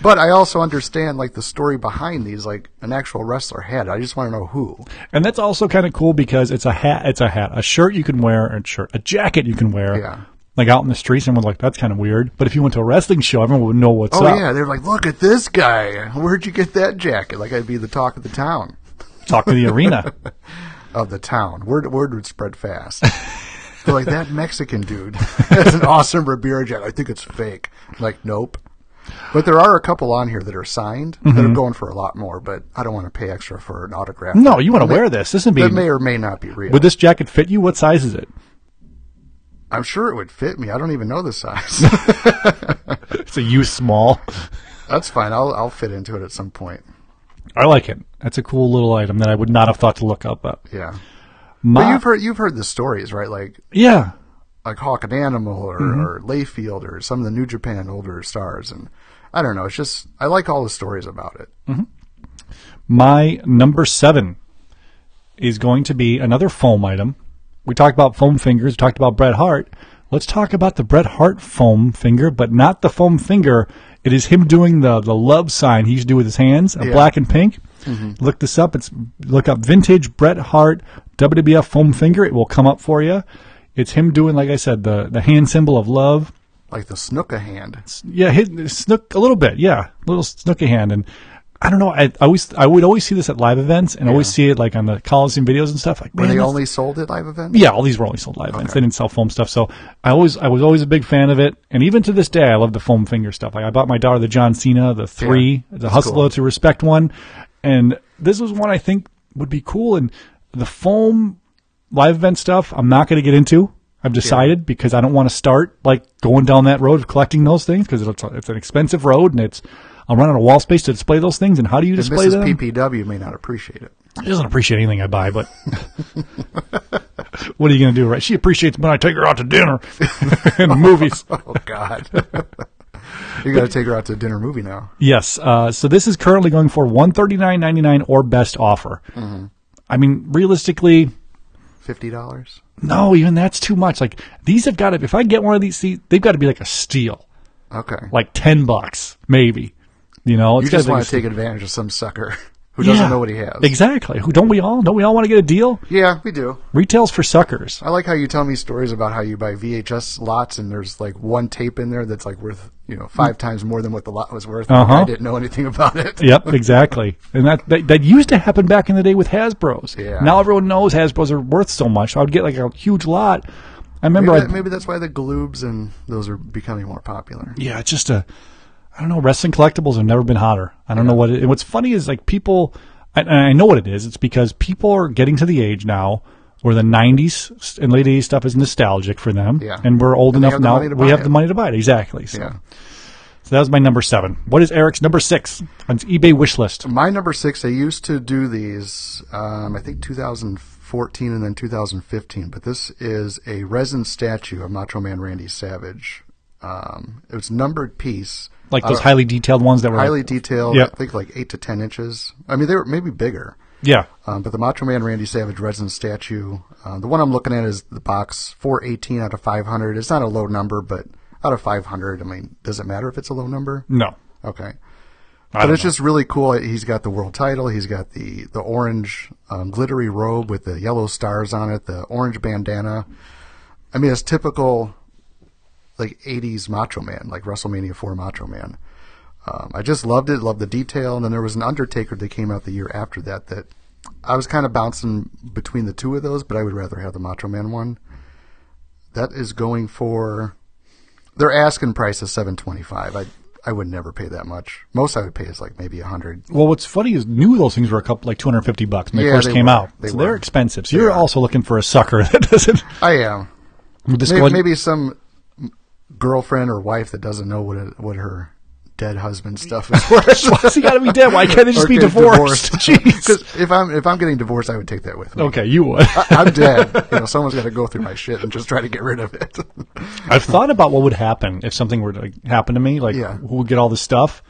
S5: But I also understand like the story behind these, like an actual wrestler had. it. I just want to know who.
S4: and that's also kind of cool because it's a hat. It's a hat, a shirt you can wear, a shirt, a jacket you can wear.
S5: Yeah.
S4: Like out in the streets, someone's like, "That's kind of weird." But if you went to a wrestling show, everyone would know what's
S5: oh
S4: up.
S5: yeah, they're like, look at this guy. Where'd you get that jacket? Like I'd be the talk of the town.
S4: Talk to the arena.
S5: Of the town. Word word would spread fast. they're like that Mexican dude has an awesome Ribera jacket. I think it's fake. I'm like nope. But there are a couple on here that are signed that
S4: Mm-hmm.
S5: are going for a lot more. But I don't want to pay extra for an autograph.
S4: No, you want to
S5: They-
S4: wear this. This would be.
S5: That may or may not be real.
S4: would this jacket fit you? What size is it?
S5: I'm sure it would fit me. I don't even know the size.
S4: It's a U small.
S5: That's fine. I'll I'll fit into it at some point.
S4: I like it. That's a cool little item that I would not have thought to look up. But
S5: Yeah. But
S4: my,
S5: you've heard you've heard the stories, right? Like
S4: yeah,
S5: like Hawk and Animal or,
S4: Mm-hmm.
S5: or Layfield or some of the New Japan older stars, and I don't know. It's just I like all the stories about it.
S4: My number seven is going to be another foam item. We talked about foam fingers, we talked about Bret Hart. Let's talk about the Bret Hart foam finger, but not the foam finger. It is him doing the, the love sign he used to do with his hands, a
S5: Yeah.
S4: black and pink. Look this up. It's look up vintage Bret Hart WWF foam finger. It will come up for you. It's him doing, like I said, the, the hand symbol of love
S5: Like the Snooka hand.
S4: yeah, hit snook a little bit, yeah, little snooky hand, and I don't know. I, I always I would always see this at live events, and always see it like on the Coliseum videos and stuff. Like,
S5: Were
S4: man,
S5: they
S4: that's-
S5: only sold at live events?
S4: yeah, all these were only sold live events. They didn't sell foam stuff, so I always I was always a big fan of it, and even to this day, I love the foam finger stuff. Like I bought my daughter the John Cena, the three, the Hustle
S5: cool.
S4: to Respect one, and this was one I think would be cool. And the foam live event stuff, I'm not going to get into. I've decided because I don't want to start like going down that road of collecting those things because it's, it's an expensive road and it's I'm running out of wall space to display those things. And how do you
S5: And
S4: display
S5: Mrs.
S4: them?
S5: PPW may not appreciate it.
S4: She doesn't appreciate anything I buy, but what are you going to do, right? She appreciates when I take her out to dinner and the movies.
S5: Oh God. You got to take her out to dinner movie now.
S4: Yes. Uh, so this is currently going for one thirty nine ninety nine or best offer.
S5: Mm-hmm.
S4: I mean, realistically,
S5: Fifty dollars.
S4: no, even that's too much. Like these have got to. If I get one of these, see, they've got to be like a steal,
S5: Okay.
S4: like ten bucks. Maybe. You know,
S5: You
S4: it's gotta
S5: just
S4: be
S5: want
S4: a-
S5: to take advantage of some sucker who doesn't
S4: Yeah.
S5: know what he has.
S4: Exactly. Who don't we all? Don't we all want to get a deal?
S5: Yeah, we do.
S4: Retail's for suckers.
S5: I like how you tell me stories about how you buy VHS lots and there's like one tape in there that's like worth you know five times more than what the lot was worth.
S4: Uh-huh.
S5: I didn't know anything about it.
S4: Yep, exactly. And that, that that used to happen back in the day with Hasbro's.
S5: Yeah.
S4: Now everyone knows Hasbro's are worth so much. I would get like a huge lot. I remember
S5: Maybe,
S4: I
S5: that- maybe that's why the Gloobs and those are becoming more popular.
S4: yeah, it's just a I don't know. Wrestling collectibles have never been hotter. I don't know what it. And what's funny is like people, and and I know what it is. It's because people are getting to the age now where the '90s and late '80s stuff is nostalgic for them.
S5: Yeah.
S4: and we're old
S5: And they
S4: enough
S5: have the
S4: now.
S5: money to
S4: We
S5: buy
S4: have
S5: it.
S4: the money to buy it. Exactly. So,
S5: Yeah.
S4: so that was my number seven. What is Eric's number six on his eBay wish list?
S5: My number six, I used to do these, um, I think 2014 and then 2015, but this is a resin statue of Macho Man Randy Savage. Um, it was numbered piece, Uh,
S4: Like those highly detailed ones that were
S5: highly detailed,
S4: Yeah.
S5: I think like 8 to 10 inches. I mean, they were maybe bigger.
S4: Yeah.
S5: Um, but the Macho Man Randy Savage resin statue, uh, the one I'm looking at is the box 418 out of 500. It's not a low number, but out of 500, I mean, does it matter if it's a low number?
S4: No.
S5: Okay.
S4: I
S5: But
S4: don't
S5: it's
S4: know.
S5: just really cool. He's got the world title. He's got the the orange um, glittery robe with the yellow stars on it. The orange bandana. I mean, it's typical like '80s Macho Man, like WrestleMania Four Macho Man. Um, I just loved it. Loved the detail. And then there was an Undertaker that came out the year after that. That I was kind of bouncing between the two of those, but I would rather have the Macho Man one. That is going for their asking price is seven twenty five. I I would never pay that much. Most I would pay is like maybe a hundred.
S4: Well, what's funny is new those things were a couple like 250 bucks when they
S5: Yeah,
S4: first
S5: they
S4: came
S5: were.
S4: out.
S5: They
S4: so
S5: were.
S4: they're expensive. So you're also looking for a sucker that doesn't
S5: I am.
S4: just
S5: Maybe,
S4: go in-
S5: maybe some girlfriend or wife that doesn't know what it, what her dead husband stuff is worth.
S4: Why's he got to be dead? Why can't it just
S5: Or
S4: be
S5: get
S4: divorced? Jeez.
S5: Because if I'm if I'm getting divorced, I would take that with me.
S4: Okay, you would.
S5: I'm dead. You know, someone's got to go through my shit and just try to get rid of it.
S4: I've thought about what would happen if something were to like, happen to me. Like,
S5: Yeah.
S4: who would get all this stuff?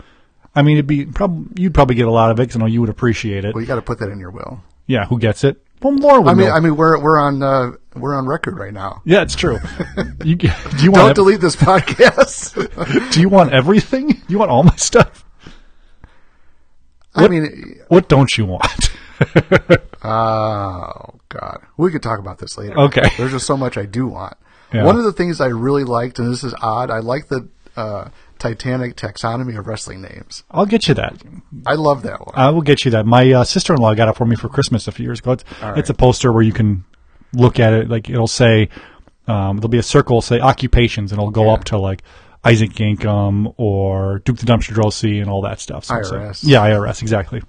S4: I mean, it'd be probably you'd probably get a lot of it because I know you would appreciate it.
S5: well, you got to put that in your will.
S4: Yeah, who gets it? Well, Laura would.
S5: I mean,
S4: know.
S5: I mean, we're we're on uh, we're on record right now.
S4: yeah, it's true. you, do you
S5: Don't
S4: want ev-
S5: delete this podcast.
S4: Do you want everything? You want all my stuff?
S5: I mean,
S4: What don't you want?
S5: Oh God, we could talk about this later.
S4: Okay.
S5: there's just so much I do want.
S4: Yeah.
S5: One of the things I really liked, and this is odd, I like the uh, Titanic taxonomy of wrestling names.
S4: I'll get you that.
S5: I love that one.
S4: I will get you that. My uh, sister in law got it for me for Christmas a few years ago. It's, it's a poster where you can look at it. Like it'll say, um, there'll be a circle, say occupations, and it'll go up to like Isaac Yankum or Duke the Dumpster Drosy and all that stuff. So, so-
S5: IRS.
S4: yeah, IRS, exactly.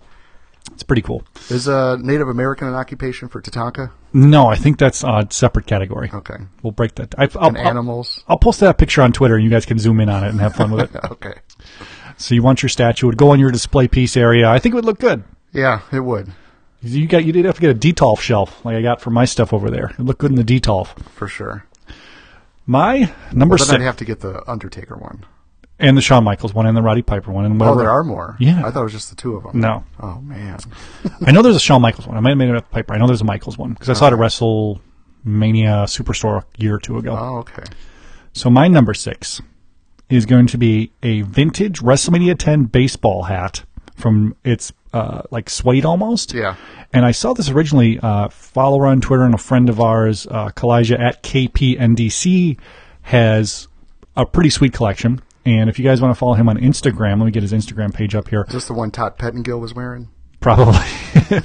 S4: It's pretty cool.
S5: Is a Native American an occupation for Tatanka?
S4: No, I think that's a separate category.
S5: Okay,
S4: We'll break that. I, I'll,
S5: and animals.
S4: I'll, I'll post that picture on Twitter and you guys can zoom in on it and have fun with it.
S5: Okay,
S4: so you want your statue. It would go on your display piece area. I think it would look good.
S5: yeah, it would
S4: You got you did have to get a detolf shelf like I got for my stuff over there. It looked good in the detolf.
S5: for sure.
S4: My number
S5: But then I'd
S4: six
S5: have to get the Undertaker one.
S4: and the Shawn Michaels one and the Roddy Piper one and
S5: Oh,
S4: whatever.
S5: there are more.
S4: Yeah.
S5: I thought it was just the two of them.
S4: No,
S5: Oh man,
S4: I know there's a Shawn Michaels one. I might have made it up Piper. I know there's a Michaels one because I saw it at WrestleMania Superstore a year or two ago.
S5: oh okay.
S4: So my number six is going to be a vintage WrestleMania 10 baseball hat from its uh, like suede almost.
S5: Yeah.
S4: And I saw this originally. Uh, follower on Twitter and a friend of ours, uh, Kalijah at KPNDC, has a pretty sweet collection. And if you guys want to follow him on Instagram, let me get his Instagram page up here.
S5: Is this the one Todd Pettengill was wearing?
S4: Probably.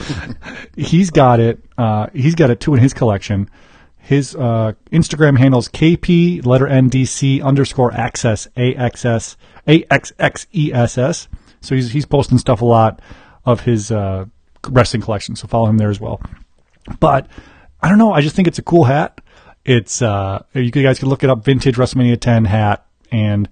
S4: he's got it. Uh, he's got it too in his collection. His uh, Instagram handles KP letter NDC underscore access AXS AXXESS. E So he's, he's posting stuff a lot of his uh, wrestling collection. So follow him there as well. But I don't know. I just think it's a cool hat. It's uh, you guys can look it up. Vintage WrestleMania 10 hat, and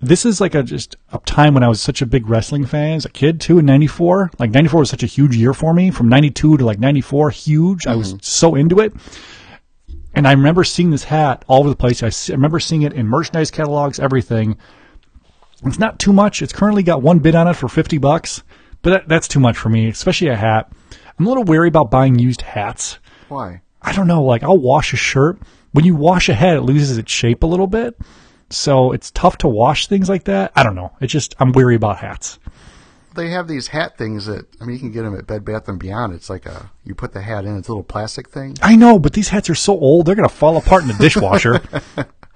S4: this is like a just a time when I was such a big wrestling fan as a kid too in '94. Like '94 was such a huge year for me. From '92 to like '94, huge. I was so into it. And I remember seeing this hat all over the place. I, s- I remember seeing it in merchandise catalogs, everything. It's not too much. It's currently got one bid on it for 50 bucks, but that, that's too much for me, especially a hat. I'm a little wary about buying used hats.
S5: Why?
S4: I don't know, like I'll wash a shirt. When you wash a head, it loses its shape a little bit. So it's tough to wash things like that. I don't know. It's just I'm weary about hats.
S5: They have these hat things that I mean, you can get them at Bed Bath and Beyond. It's like a you put the hat in, it's a little plastic thing.
S4: I know, but these hats are so old; they're gonna fall apart in the dishwasher,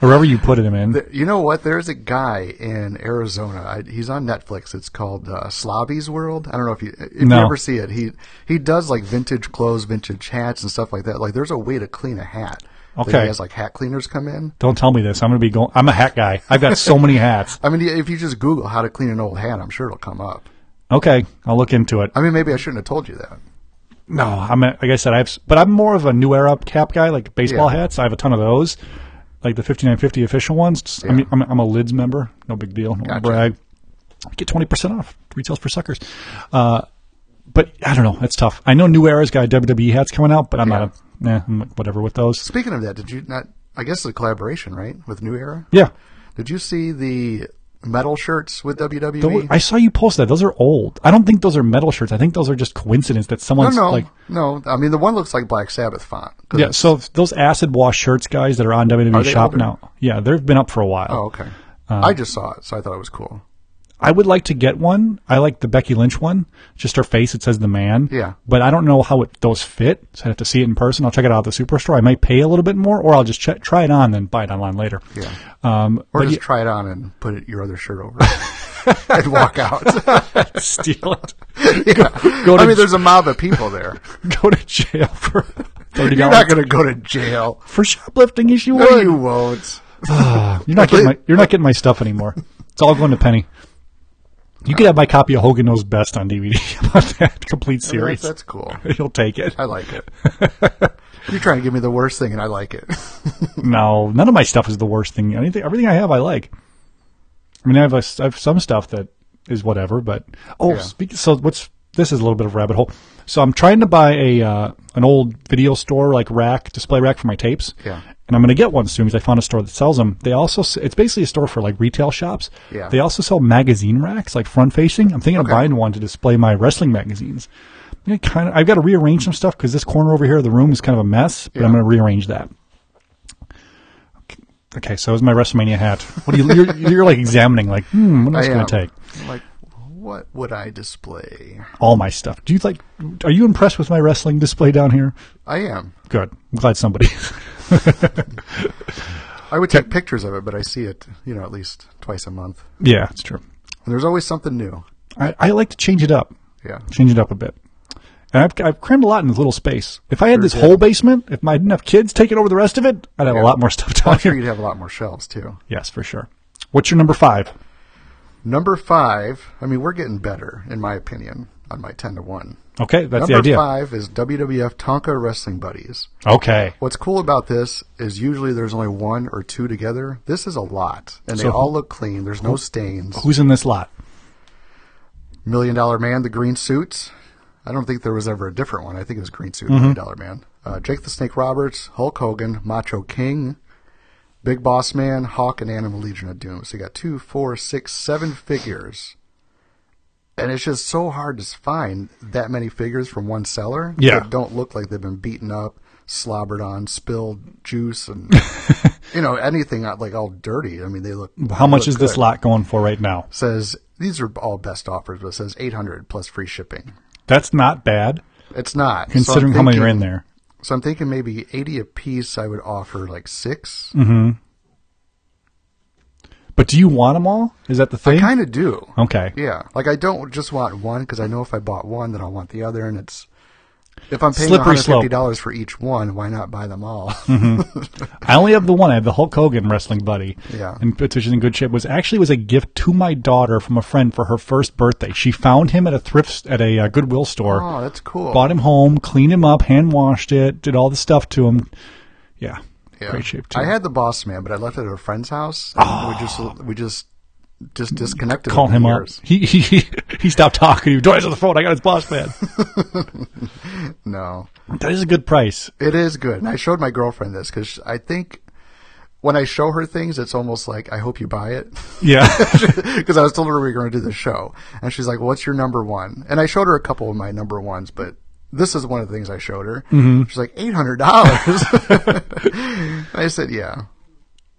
S4: wherever you put them in.
S5: You know what? There's a guy in Arizona. I, he's on Netflix. It's called uh, Slobby's World. I don't know if you if
S4: No.
S5: you ever see it. He he does like vintage clothes, vintage hats, and stuff like that. Like there's a way to clean a hat. Like,
S4: Okay.
S5: he has like hat cleaners come in.
S4: Don't tell me this. I'm gonna be going. I'm a hat guy. I've got so many hats.
S5: I mean, if you just Google how to clean an old hat, I'm sure it'll come up.
S4: Okay, I'll look into it.
S5: I mean, maybe I shouldn't have told you that.
S4: No, I'm a, like I said, I've s- but I'm more of a new era cap guy, like baseball
S5: Yeah.
S4: hats. I have a ton of those, like the 5950 official ones. Just- I mean, I'm, I'm a lids member. No big deal. No
S5: Gotcha.
S4: brag. Get 20 percent off. Retails for suckers. Uh, but I don't know. It's tough. I know new era's got WWE hats coming out, but I'm not a nah. I'm like, whatever with those.
S5: Speaking of that, did you not? I guess it's a collaboration, right, with New Era.
S4: Yeah.
S5: Did you see the metal shirts with E? WWE?
S4: Those- I saw you post that. Those are old. I don't think those are metal shirts. I think those are just coincidence that
S5: no,
S4: someone's
S5: no,
S4: like
S5: no. I mean, the one looks like Black Sabbath font. 'Cause
S4: Yeah, so if those acid wash shirts guys that are on WWE
S5: Are they
S4: shop
S5: older?
S4: now. Yeah, they've been up for a while.
S5: Oh, okay.
S4: uh,
S5: I just saw it, so I thought it was cool.
S4: I would like to get one. I like the Becky Lynch one. Just her face, it says the man.
S5: Yeah.
S4: But I don't know how it, those fit, so I'd have to see it in person. I'll check it out at the superstore. I might pay a little bit more, or I'll just check, try it on, then buy it online later.
S5: Yeah.
S4: Um,
S5: Or
S4: but
S5: just
S4: yeah,
S5: try it on and put it, your other shirt over it and walk out.
S4: steal it.
S5: Yeah.
S4: go to-
S5: I mean, there's a mob of people there.
S4: Go to jail for thirty
S5: You're not
S4: dollars
S5: going to go to jail.
S4: for shoplifting. Yes, you
S5: No,
S4: would.
S5: you won't.
S4: You're not getting my you're not getting my stuff anymore. It's all going to Penny. You could have my copy of Hogan Knows Best on DVD about that complete
S5: I mean,
S4: series.
S5: that's, that's cool.
S4: You'll take it.
S5: I like it. You're trying to give me the worst thing, and I like it.
S4: No, none of my stuff is the worst thing. Anything, everything I have, I like. I mean, I have, a, I have some stuff that is whatever, but oh,
S5: Yeah.
S4: speak, so what's this is a little bit of a rabbit hole. So I'm trying to buy a uh, an old video store like rack display rack for my tapes.
S5: Yeah.
S4: and I'm going to get one soon because I found a store that sells them. They also s- it's basically a store for like retail shops.
S5: Yeah.
S4: they also sell magazine racks like front facing. I'm thinking of buying one to display my wrestling magazines. I kind of I've got to rearrange some stuff because this corner over here of the room is kind of a mess, but I'm
S5: Yeah.
S4: going to rearrange that. Okay, so is my WrestleMania hat. What do you you're, you're like examining like, hmm, what am I
S5: I
S4: going
S5: am.
S4: to take?
S5: I'm like, what would I display?
S4: All my stuff. Do you like are you impressed with my wrestling display down here?
S5: I am.
S4: Good. I'm glad somebody.
S5: I would take pictures of it, but I see it, you know, at least twice a month.
S4: yeah, it's true.
S5: And there's always something new.
S4: I, I like to change it up.
S5: Yeah.
S4: Change it up a bit. And I've, I've crammed a lot in this little space. If I had this whole basement, if I didn't have kids taking over the rest of it, I'd have a
S5: Yeah.
S4: lot more stuff down
S5: I'm sure
S4: here.
S5: you'd have a lot more shelves too.
S4: Yes, for sure. What's your number five?
S5: Number five. I mean, we're getting better, in my opinion, on my ten to one.
S4: Okay, that's
S5: Number
S4: the idea.
S5: five is WWF Tonka Wrestling Buddies.
S4: Okay.
S5: What's cool about this is usually there's only one or two together. This is a lot, and they
S4: So who-
S5: all look clean. There's no stains.
S4: Who's in this lot?
S5: Million Dollar Man, the green suits. I don't think there was ever a different one. I think it was Green Suit, Million
S4: Mm-hmm.
S5: Dollar Man. Uh, Jake the Snake Roberts, Hulk Hogan, Macho King, Big Boss Man, Hawk, and Animal Legion of Doom. So you got two, four, six, seven figures. And it's just so hard to find that many figures from one seller
S4: Yeah.
S5: that don't look like they've been beaten up, slobbered on, spilled juice, and you know anything not like all dirty. I mean, they look.
S4: How
S5: they
S4: much
S5: look
S4: is this
S5: good.
S4: lot going for right now?
S5: Says these are all best offers, but it says eight hundred plus free shipping.
S4: That's not bad
S5: It's not. So I'm
S4: considering how many are in
S5: thinking-
S4: there.
S5: So I'm thinking maybe 80 a piece, I would offer like 6
S4: Mhm. But do you want them all? Is that the thing?
S5: I kind of do.
S4: okay.
S5: Yeah. Like I don't just want one because I know if I bought one, then I'll want the other. And it's, if I'm paying
S4: Slippery slope.
S5: $150 for each one, why not buy them all?
S4: I only have the one. I have the Hulk Hogan wrestling buddy.
S5: Yeah.
S4: And it's which is in good shape. Was actually was a gift to my daughter from a friend for her first birthday. She found him at a thrift at a uh, Goodwill store.
S5: oh, that's cool.
S4: Bought him home, cleaned him up, hand washed it, did all the stuff to him. Yeah.
S5: Yeah.
S4: Great shape too.
S5: I had the boss man, but I left it at a friend's house. And we just, we just, just disconnected.
S4: call
S5: over the
S4: him
S5: years.
S4: up. He he he stopped talking. He joins on the phone. I got his boss man.
S5: No.
S4: that is a good price.
S5: It is good. And I showed my girlfriend this because I think when I show her things, it's almost like, I hope you buy it.
S4: Yeah.
S5: because I was told her we were going to do the show, and she's like, "What's your number one?" And I showed her a couple of my number ones, but this is one of the things I
S4: Mm-hmm.
S5: showed her. She's like, eight hundred dollars. I said, "Yeah,"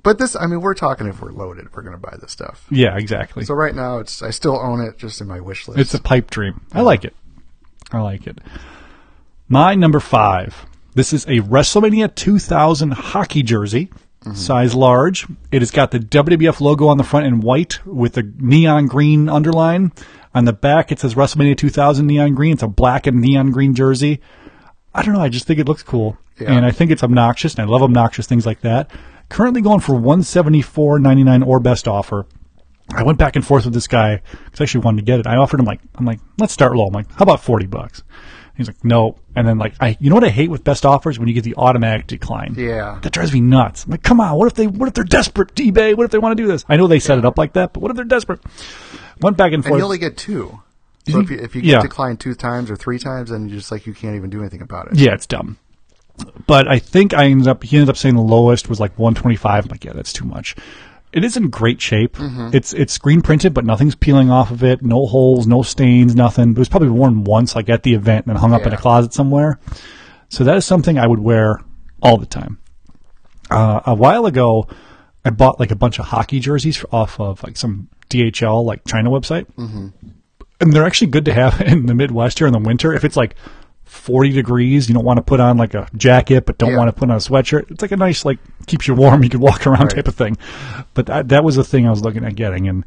S5: But this, I mean, we're talking if we're loaded, we're going to buy this stuff.
S4: Yeah, exactly.
S5: So right now, it's I still own it, just in my wish list.
S4: It's a pipe dream. I like it. I like it. My number five. This is a WrestleMania 2000 hockey jersey, size large. It has got the WWF logo on the front in white with a neon green underline. On the back, it says WrestleMania 2000 neon green. It's a black and neon green jersey. I don't know. I just think it looks cool,
S5: Yeah.
S4: and I think it's obnoxious, and I love obnoxious things like that. Currently going for 174.99 or best offer. I went back and forth with this guy because I actually wanted to get it. I offered him like, I'm like, let's start low. I'm like, how about forty bucks? He's like, no. And then like, I, you know what I hate with best offers when you get the automatic decline.
S5: Yeah.
S4: that drives me nuts. I'm like, come on, what if they, what if they're desperate? eBay, what if they want to do this? I know they set it up like that, but what if they're desperate? Went back and
S5: and
S4: forth.
S5: you only get two. So if you, if you
S4: Yeah.
S5: get declined two times or three times, then you just like you can't even do anything about it.
S4: Yeah, it's dumb. But I think I ended up. He ended up saying the lowest was like 125. I'm like, yeah, that's too much. It is in great shape.
S5: Mm-hmm.
S4: It's it's screen printed, but nothing's peeling off of it. No holes, no stains, nothing. It was probably worn once, like at the event, and then hung up in a
S5: Yeah.
S4: closet somewhere. So that is something I would wear all the time. Uh, a while ago, I bought like a bunch of hockey jerseys off of like some DHL like China website
S5: Mm-hmm.
S4: and they're actually good to have in the Midwest here in the winter. If it's like 40 degrees, you don't want to put on like a jacket, but don't
S5: Yeah.
S4: want to put on a sweatshirt. It's like a nice, like, keeps you warm. You can walk around type of thing. But that, that was the thing I was looking at getting. And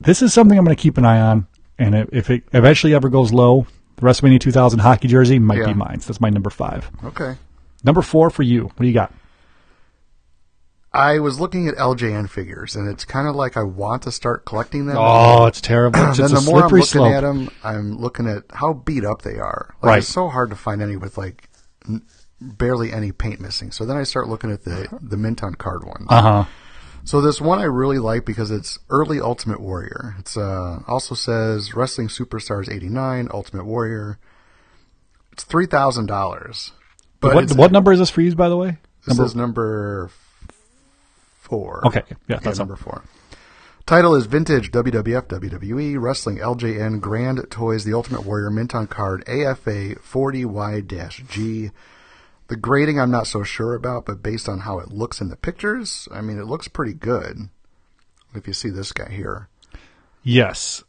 S4: this is something I'm going to keep an eye on. And if- if it eventually ever goes low, the WrestleMania 2000 hockey jersey might be
S5: Yeah.
S4: mine. So that's my number five.
S5: Okay.
S4: Number four for you. What do you got?
S5: I was looking at LJN figures, and it's kind of like I want to start collecting them.
S4: Oh, it's terrible. It's
S5: uh, then
S4: just a
S5: the more I'm
S4: slippery
S5: looking
S4: slope.
S5: at them, I'm looking at how beat up they are. Like,
S4: Right.
S5: It's so hard to find any with like n- barely any paint missing. So then I start looking at the the mint on card one.
S4: Uh huh.
S5: So this one I really like because it's early Ultimate Warrior. It's uh, also says Wrestling Superstars '89 Ultimate Warrior. It's three thousand dollars. But
S4: What,
S5: it's-
S4: what number is this for you, by the way?
S5: this is number f- four.
S4: Okay, yeah, that's
S5: number four. Title is Vintage WWF WWE E, Wrestling LJN Grand Toys The Ultimate Warrior Mint on Card AFA 40Y-G. The grading I'm not so sure about, but based on how it looks in the pictures, I mean, it looks pretty good. If you see this guy here.
S4: Yes.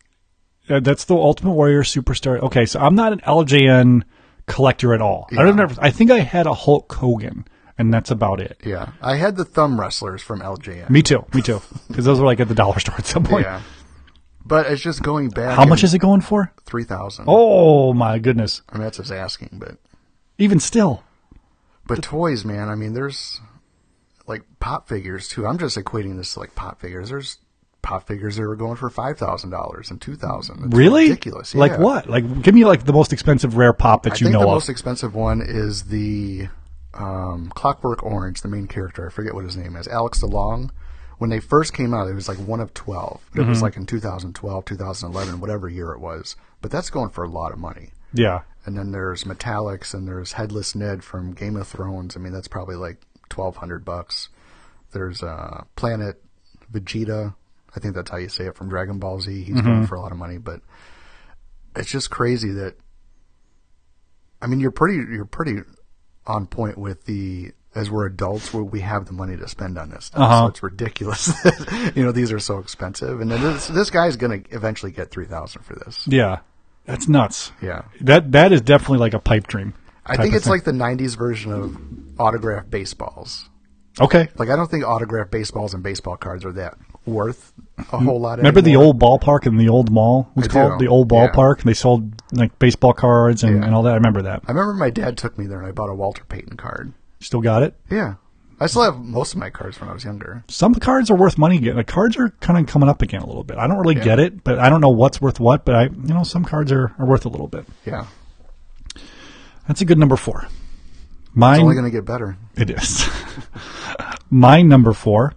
S4: Uh, That's the Ultimate Warrior Superstar. Okay, so I'm not an LJN collector at all. I don't know. if- I think I had a Hulk Hogan, and that's about it.
S5: Yeah. I had the thumb wrestlers from LJN.
S4: Me too. Me too. Because those were like at the dollar store at some point.
S5: Yeah. But it's just going back.
S4: How much is it going for?
S5: 3000
S4: Oh my goodness!
S5: I mean, that's just asking, but.
S4: Even still,
S5: But toys, man, I mean, there's like pop figures too. I'm just equating this to like pop figures. There's pop figures that were going for five thousand dollars and two thousand.
S4: really
S5: ridiculous.
S4: Like
S5: yeah.
S4: what? Like give me like the most expensive rare pop that
S5: I
S4: you
S5: think
S4: know
S5: the
S4: of.
S5: most expensive one is the um, Clockwork Orange, the main character. I forget what his name is. Alex DeLong. When they first came out, it was like one of twelve. It
S4: Mm-hmm.
S5: was like in 2012, 2011, whatever year it was. But that's going for a lot of money.
S4: yeah.
S5: And then there's Metallics and there's Headless Ned from Game of Thrones. I mean, that's probably like twelve hundred bucks. There's uh, Planet Vegeta. I think that's how you say it from Dragon Ball Z. He's going for a lot of money, but it's just crazy that. I mean, you're pretty. You're pretty on point with the as we're adults where we have the money to spend on this stuff. So it's ridiculous. that, you know, these are so expensive, and then this this guy's gonna eventually get three thousand for this.
S4: Yeah. That's nuts.
S5: Yeah.
S4: That that is definitely like a pipe dream.
S5: I
S4: type
S5: think
S4: of
S5: it's
S4: thing.
S5: like the '90s version of autographed baseballs.
S4: okay.
S5: Like I don't think autographed baseballs and baseball cards are that worth a whole lot.
S4: Remember
S5: anymore.
S4: the old ballpark in the old mall? It was
S5: I
S4: called
S5: do,
S4: the old
S5: yeah.
S4: ballpark. They sold like baseball cards and,
S5: Yeah.
S4: and all that. I remember that.
S5: I remember my dad took me there and I bought a Walter Payton card.
S4: Still got it.
S5: Yeah, I still have most of my cards when I was younger.
S4: Some cards are worth money. again. The cards are kind of coming up again a little bit. I don't really get it, but I don't know what's worth what. But I, you know, some cards are, are worth a little bit.
S5: Yeah,
S4: That's a good number four.
S5: it's
S4: Mine
S5: only going to get better.
S4: it is. My number four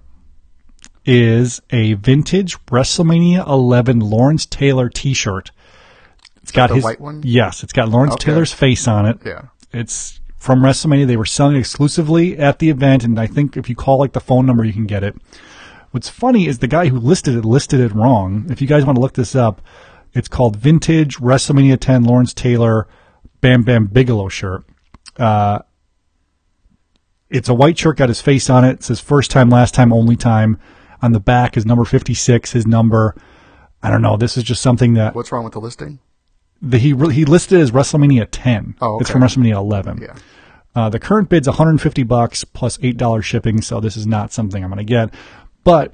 S4: is a vintage WrestleMania 11 Lawrence Taylor T-shirt. It's got
S5: the
S4: his
S5: white one?
S4: Yes, it's got Lawrence
S5: Okay.
S4: Taylor's face on it.
S5: Yeah.
S4: It's from WrestleMania. They were selling it exclusively at the event, and I think if you call like the phone number, you can get it. What's funny is the guy who listed it listed it wrong. If you guys want to look this up, it's called Vintage WrestleMania 10 Lawrence Taylor Bam Bam Bigelow shirt. Uh, It's a white shirt, got his face on it. It says first time, last time, only time. On the back is number 56, his number. I don't know. This is just something that
S5: What's wrong with the listing?
S4: the, he re- he listed as WrestleMania 10.
S5: Oh, okay.
S4: It's from WrestleMania 11.
S5: Yeah.
S4: Uh, the current bid's 150 bucks plus eight dollars shipping, so this is not something I'm going to get. But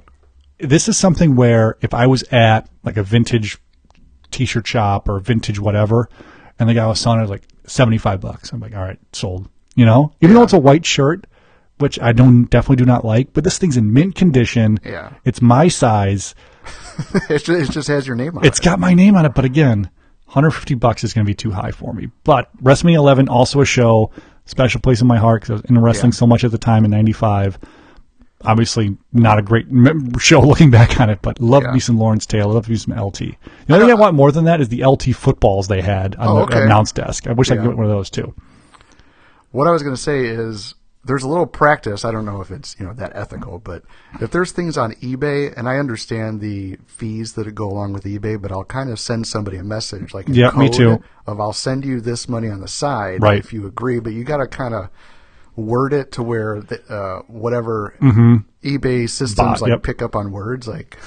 S4: this is something where if I was at like a vintage t-shirt shop or vintage whatever, and the guy was selling it like 75 bucks, I'm like, all right, sold. You know, even though it's a white shirt, which I don't definitely do not like, but this thing's in mint condition.
S5: Yeah.
S4: it's my size.
S5: It just, it just has your name on
S4: It's
S5: it.
S4: got my name on it, but again, 150 bucks is going to be too high for me. But WrestleMania 11 also a show, special place in my heart because I was into wrestling
S5: Yeah.
S4: so much at the time in '95. Obviously, not a great mem- show looking back on it, but love
S5: Yeah.
S4: me some Lawrence Taylor, love me some LT. The only thing I want more than that is the LT footballs they had on
S5: Oh,
S4: the
S5: okay.
S4: announce desk. I wish I could
S5: Yeah.
S4: get one of those too.
S5: What I was going to say is there's a little practice. I don't know if it's you know that ethical, but if there's things on eBay, and I understand the fees that go along with eBay, but I'll kind of send somebody a message like in
S4: Yeah, me
S5: code
S4: too.
S5: of I'll send you this money on the side
S4: Right.
S5: if you agree, but you got to kind of word it to where the, uh, whatever eBay systems
S4: Mm-hmm. Bot,
S5: like
S4: yep.
S5: pick up on words like.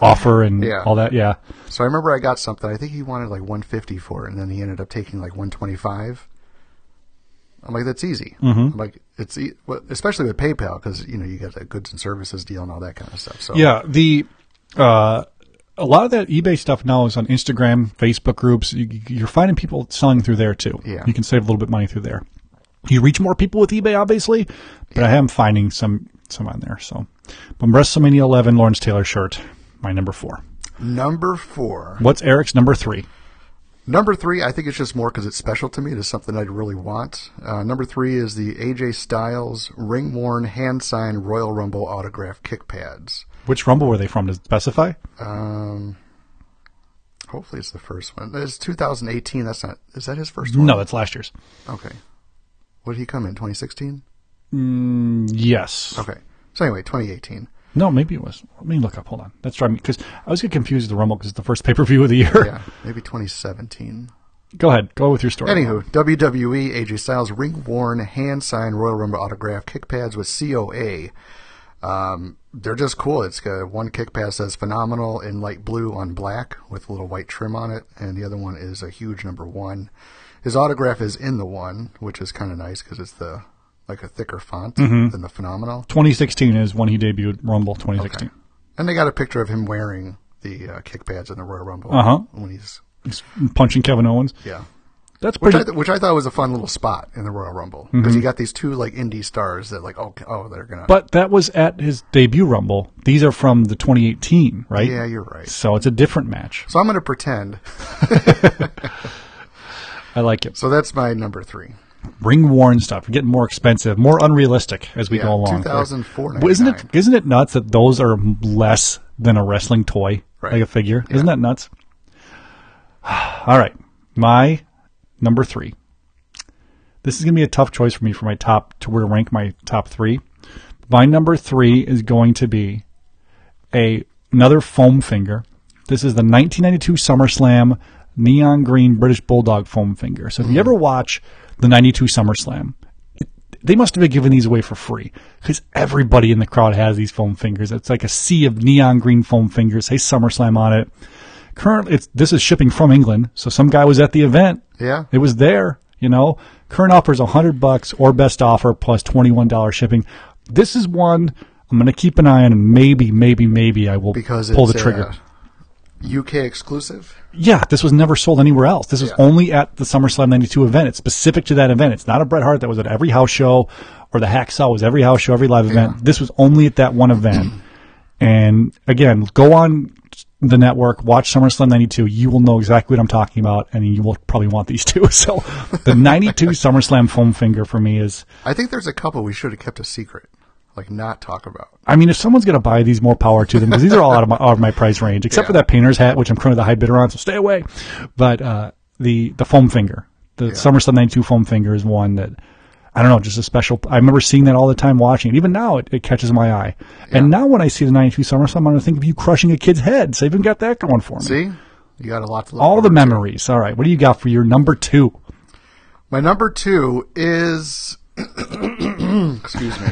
S4: Offer and
S5: Yeah.
S4: all that, yeah.
S5: So I remember I got something. I think he wanted like 150 for it, and then he ended up taking like 125. I'm like, that's easy.
S4: Mm-hmm.
S5: I'm like, it's e- well, especially with PayPal because you know you got that goods and services deal and all that kind of stuff. So
S4: Yeah, the uh, a lot of that eBay stuff now is on Instagram, Facebook groups. You, you're finding people selling through there too.
S5: Yeah.
S4: you can save a little bit of money through there. You reach more people with eBay, obviously, but I am finding some some on there. So, but WrestleMania 11 Lawrence Taylor shirt, my number four.
S5: number four,
S4: What's Eric's number three?
S5: number three, I think it's just more because it's special to me. It is something I'd really want. Uh, number three is the AJ Styles ring worn hand signed Royal Rumble autograph kick pads.
S4: Which Rumble were they from? To specify?
S5: Um, hopefully it's the first one. It's 2018. That's not. Is that his first one?
S4: No, that's last year's.
S5: Okay. What did he come in? 2016?
S4: Yes.
S5: Okay. So anyway, 2018.
S4: No, maybe it was. Let me look up. Hold on. That's driving because I was getting confused with the Rumble because it's the first pay per view of the year.
S5: Yeah, maybe 2017.
S4: Go ahead. Go with your story.
S5: Anywho, WWE AJ Styles ring worn hand signed Royal Rumble autograph kick pads with COA. Um, they're just cool. It's got one kick pad says phenomenal in light blue on black with a little white trim on it, and the other one is a huge number one. His autograph is in the one, which is kind of nice because it's the like a thicker font than the phenomenal.
S4: 2016 is when he debuted Rumble 2016.
S5: And they got a picture of him wearing the uh, kick pads in the Royal Rumble
S4: Uh-huh.
S5: when he's
S4: He's punching Kevin Owens.
S5: yeah,
S4: That's
S5: which
S4: pretty. Mm-hmm.
S5: I, th- which I thought was a fun little spot in the Royal Rumble because you got these two like indie stars that like oh oh they're gonna
S4: but that was at his debut Rumble. These are from the 2018, right?
S5: yeah you're right.
S4: So it's a different match.
S5: So I'm gonna pretend.
S4: I like it.
S5: So that's my number three.
S4: Ring worn stuff. Getting more expensive, more unrealistic as we
S5: Yeah,
S4: go along.
S5: 2004
S4: Well, Isn't it?
S5: 99.
S4: Isn't it nuts that those are less than a wrestling toy,
S5: Right.
S4: like a figure? Isn't that nuts? All right, my number three. This is gonna be a tough choice for me for my top to where to rank my top three. My number three is going to be a another foam finger. This is the 1992 SummerSlam neon green British Bulldog foam finger. So if you ever watch the 92 SummerSlam, it- they must have been giving these away for free because everybody in the crowd has these foam fingers. It's like a sea of neon green foam fingers. Say SummerSlam on it. Currently, it's, this is shipping from England, so some guy was at the event.
S5: Yeah.
S4: it was there. You know, current offer is hundred bucks or best offer plus twenty one dollar shipping. This is one I'm going to keep an eye on, and maybe, maybe, maybe I will
S5: Because
S4: pull
S5: it's
S4: the
S5: uh,
S4: trigger.
S5: a UK exclusive.
S4: Yeah, this was never sold anywhere else. This was
S5: Yeah.
S4: only at the SummerSlam 92 event. It's specific to that event. It's not a Bret Hart that was at every house show or the Hacksaw was every house show, every live event. This was only at that one event. and again, go on the network, watch SummerSlam 92. You will know exactly what I'm talking about and you will probably want these two. So the 92 SummerSlam foam finger for me is,
S5: I think there's a couple we should have kept a secret, like not talk about.
S4: I mean, if someone's going to buy these, more power to them because these are all out of my, out of my price range, except for
S5: Yeah.
S4: that painter's hat, which I'm currently the high bidder on, so stay away. But uh, the the foam finger, the SummerSlam '92 foam finger is one that I don't know, just a special. I remember seeing that all the time watching it. Even now, it, it catches my eye. And now when I see the '92 SummerSlam, I'm going to think of you crushing a kid's head. So I even got that going for me.
S5: See, you got a lot to look
S4: All the
S5: forward to.
S4: memories. All right, what do you got for your number two?
S5: My number two is Excuse me.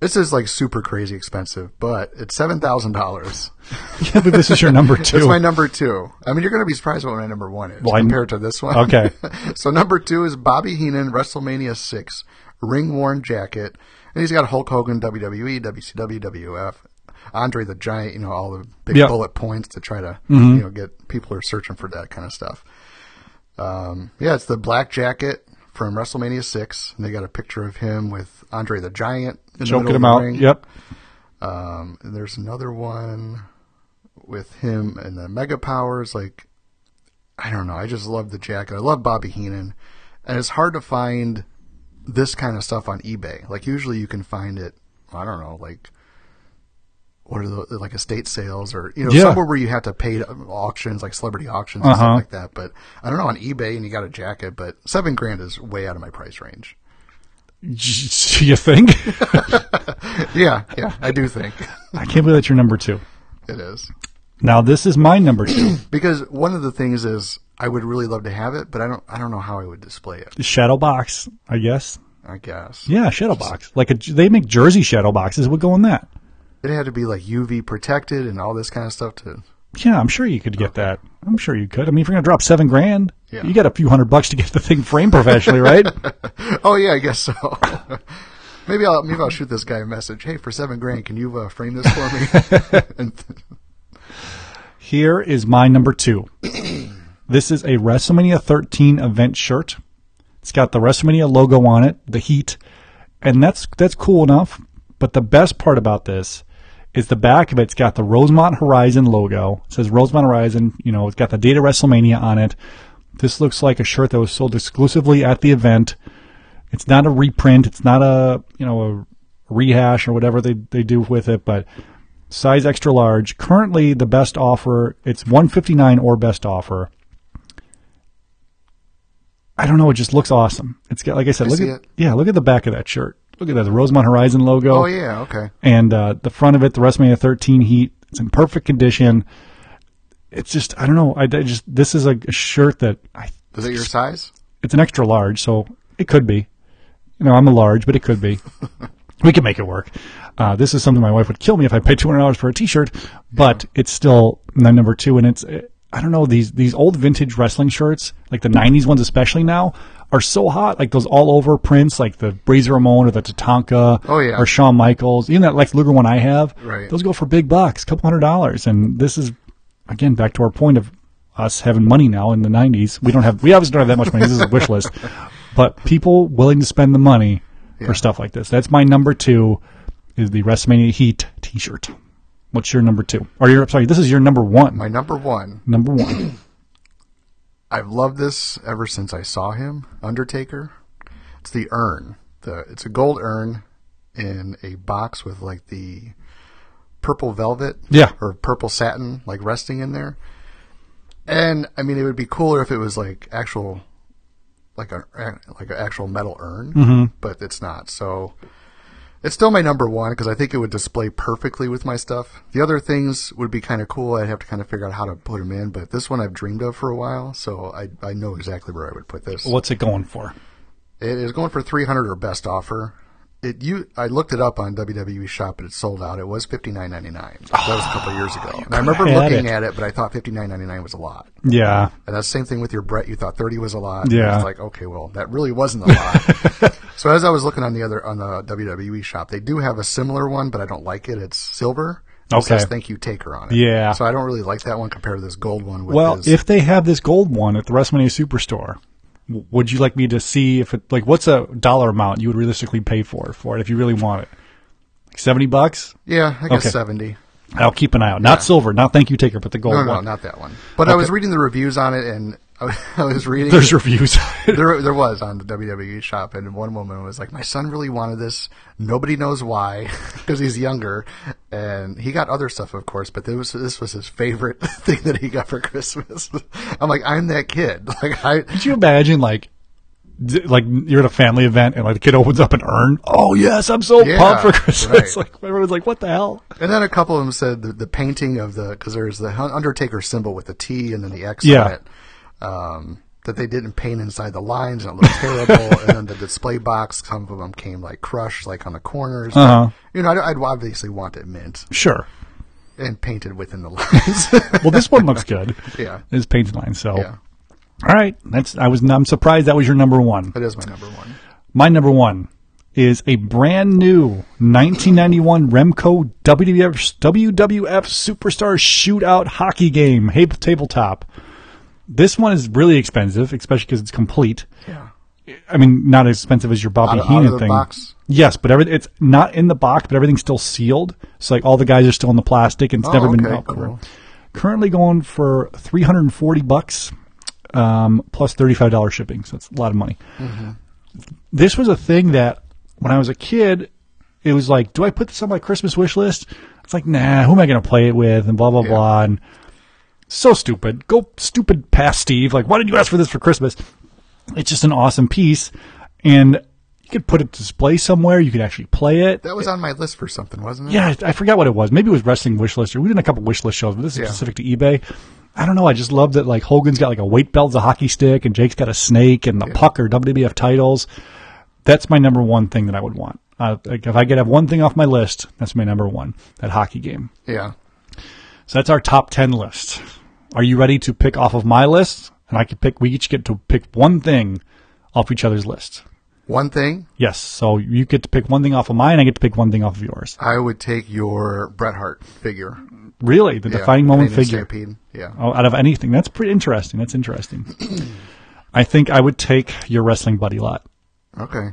S5: this is like super crazy expensive, but it's seven thousand dollars.
S4: can't believe this is your number two.
S5: That's my number two. I mean, you're going to be surprised what my number one is
S4: Well, I-
S5: compared to this one.
S4: Okay.
S5: so number two is Bobby Heenan, WrestleMania six, ring worn jacket, and he's got Hulk Hogan, E, WWE, WCW, WF, Andre the Giant. You know all the big
S4: Yeah.
S5: bullet points to try to
S4: Mm-hmm.
S5: you know get people are searching for that kind of stuff. Um, yeah, it's the black jacket from WrestleMania six, and they got a picture of him with Andre the Giant in the
S4: Choking
S5: middle
S4: him
S5: of the
S4: out.
S5: ring.
S4: Yep.
S5: Um, and there's another one with him and the Mega Powers. Like, I don't know. I just love the jacket. I love Bobby Heenan, and it's hard to find this kind of stuff on eBay. Like, usually you can find it. I don't know, like. What are the like estate sales or you know
S4: Yeah.
S5: somewhere where you have to pay to auctions like celebrity auctions and
S4: Uh-huh.
S5: stuff like that? But I don't know on eBay and you got a jacket, but seven grand is way out of my price range.
S4: You think?
S5: Yeah, yeah, I do think
S4: I can't believe that's your number two.
S5: it is.
S4: Now this is my number two.
S5: because one of the things is I would really love to have it, but I don't I don't know how I would display it.
S4: shadow box, I guess.
S5: I guess
S4: Yeah, shadow box. Like a, they make Jersey shadow boxes. Would go in that.
S5: it had to be like UV protected and all this kind of stuff to.
S4: Yeah, I'm sure you could get that. I'm sure you could. I mean, if you're gonna drop seven grand,
S5: Yeah.
S4: you got a few hundred bucks to get the thing framed professionally, right?
S5: Oh yeah, I guess so. maybe I'll maybe I'll shoot this guy a message. Hey, for seven grand, can you uh, frame this for me? and
S4: Here is my number two. this is a WrestleMania 13 event shirt. It's got the WrestleMania logo on it, the heat, and that's that's cool enough. But the best part about this is the back of it's got the Rosemont Horizon logo. It says Rosemont Horizon. You know, it's got the date of WrestleMania on it. This looks like a shirt that was sold exclusively at the event. It's not a reprint. It's not a you know a rehash or whatever they, they do with it, but size extra large. Currently, the best offer it's 159 or best offer. I don't know. It just looks awesome. It's got like I said. look
S5: see
S4: at
S5: it.
S4: yeah, look at the back of that shirt. Look at that the Rosemont Horizon logo
S5: oh yeah, okay.
S4: and uh, the front of it, the WrestleMania 13 heat. It's in perfect condition. It's just I don't know. I, I just this is a, a shirt that I
S5: Is it your size?
S4: it's an extra large, so it could be. You know, I'm a large, but it could be. we can make it work. Uh, this is something my wife would kill me if I paid two hundred dollars for a T-shirt, but it's still my number two, and it's eh, I don't know these these old vintage wrestling shirts, like the '90s ones, especially now, are so hot. Like those all over prints, like the Razor Ramon or the Tatanka,
S5: Oh, yeah.
S4: or Shawn Michaels, even that Lex Luger one I have.
S5: Right.
S4: Those go for big bucks, couple hundred dollars, and this is again back to our point of us having money now in the 90s we don't have we obviously don't have that much money this is a wish list but people willing to spend the money for stuff like this that's my number two is the wrestlemania heat t-shirt what's your number two or your sorry this is your number one
S5: My number one.
S4: number one
S5: I've loved this ever since I saw him. Undertaker. It's the urn. The it's a gold urn in a box with like the purple velvet.
S4: Yeah.
S5: Or purple satin, like resting in there. And I mean, it would be cooler if it was like actual, like a like an actual metal urn, but it's not. So it's still my number one because I think it would display perfectly with my stuff. The other things would be kind of cool. I'd have to kind of figure out how to put them in, but this one I've dreamed of for a while, so I I know exactly where I would put this.
S4: what's it going for
S5: It is going for three hundred or best offer. It you I looked it up on WWE Shop and it sold out. It was fifty nine ninety nine. That was a couple of years ago. And I remember
S4: had
S5: looking
S4: it.
S5: at it, but I thought fifty nine ninety nine was a lot.
S4: yeah
S5: And that's the same thing with your Brett. You thought thirty was a lot.
S4: Yeah.
S5: It's like okay, well that really wasn't a lot. so as I was looking on the other on the WWE Shop, they do have a similar one, but I don't like it. It's silver. It
S4: Okay.
S5: Says thank you Taker on it.
S4: Yeah.
S5: So I don't really like that one compared to this gold one. With
S4: well
S5: his-
S4: if they have this gold one at the wrestlemania superstore w- would you like me to see if it like what's a dollar amount you would realistically pay for for it if you really want it like 70 bucks
S5: yeah, I guess
S4: Okay.
S5: seventy.
S4: I'll keep an eye out. Not silver, not thank you taker, but the gold
S5: No, no,
S4: one.
S5: not that one. But I was reading the reviews on it, and I I was reading.
S4: There's reviews.
S5: there, there was on the WWE shop, and one woman was like, "My son really wanted this. Nobody knows why, because he's younger, and he got other stuff, of course. But this was this was his favorite thing that he got for Christmas. I'm like, I'm that kid. Like, I
S4: Could you imagine like d- like you're at a family event and like the kid opens up an urn? Oh yes, I'm so
S5: Yeah,
S4: pumped for Christmas.
S5: right.
S4: Like everyone's like, what the hell?
S5: and then a couple of them said the, the painting of the because there's the Undertaker symbol with the T and then the X
S4: Yeah.
S5: on it. Um, that they didn't paint inside the lines and it looked terrible. and then the display box, some of them came like crushed, like on the corners.
S4: Uh-huh.
S5: You know, I'd, I'd obviously want it mint
S4: Sure.
S5: and painted within the lines.
S4: Well, this one looks good.
S5: yeah,
S4: It's painted line. So,
S5: yeah,
S4: all right. That's I was I'm surprised that was your number one.
S5: that is my number one.
S4: My number one is a brand new 1991 Remco WWF, WWF Superstar Shootout hockey game, hey, tabletop. This one is really expensive, especially because it's complete.
S5: Yeah,
S4: I mean, not as expensive as your Bobby
S5: Out of- out
S4: Heenan
S5: of the
S4: thing.
S5: box?
S4: Yes, but every, it's not in the box, but everything's still sealed. So like all the guys are still in the plastic, and it's
S5: Oh,
S4: never been
S5: okay,
S4: out.
S5: cool.
S4: Currently going for three hundred and forty bucks, um, plus thirty five dollars shipping. So it's a lot of money. This was a thing that when I was a kid, it was like, do I put this on my Christmas wish list? It's like, nah, who am I going to play it with? And blah blah
S5: Yeah.
S4: blah. And so stupid. Go stupid past Steve. Like, why did you ask for this for Christmas? It's just an awesome piece, and you could put it to display somewhere. You could actually play it.
S5: that was on my list for something, wasn't it?
S4: Yeah, I I forgot what it was. Maybe it was Wrestling Wish List, or we did a couple wish list shows, but this is
S5: Yeah.
S4: specific to eBay. I don't know. I just love that like Hogan's got like a weight belt, as a hockey stick, and Jake's got a snake and the puck or WWF titles. That's my number one thing that I would want. Uh, like if I could have one thing off my list, that's my number one. That hockey game.
S5: yeah.
S4: So that's our top ten list. Are you ready to pick off of my list? And I could pick. We each get to pick one thing off each other's list.
S5: One thing
S4: Yes. So you get to pick one thing off of mine. I get to pick one thing off of yours.
S5: I would take your Bret Hart figure,
S4: Really, the
S5: Yeah,
S4: defining moment figure.
S5: Canadian Stampede. Yeah,
S4: Oh, out of anything. That's pretty interesting. That's interesting. I think I would take your wrestling buddy lot.
S5: okay.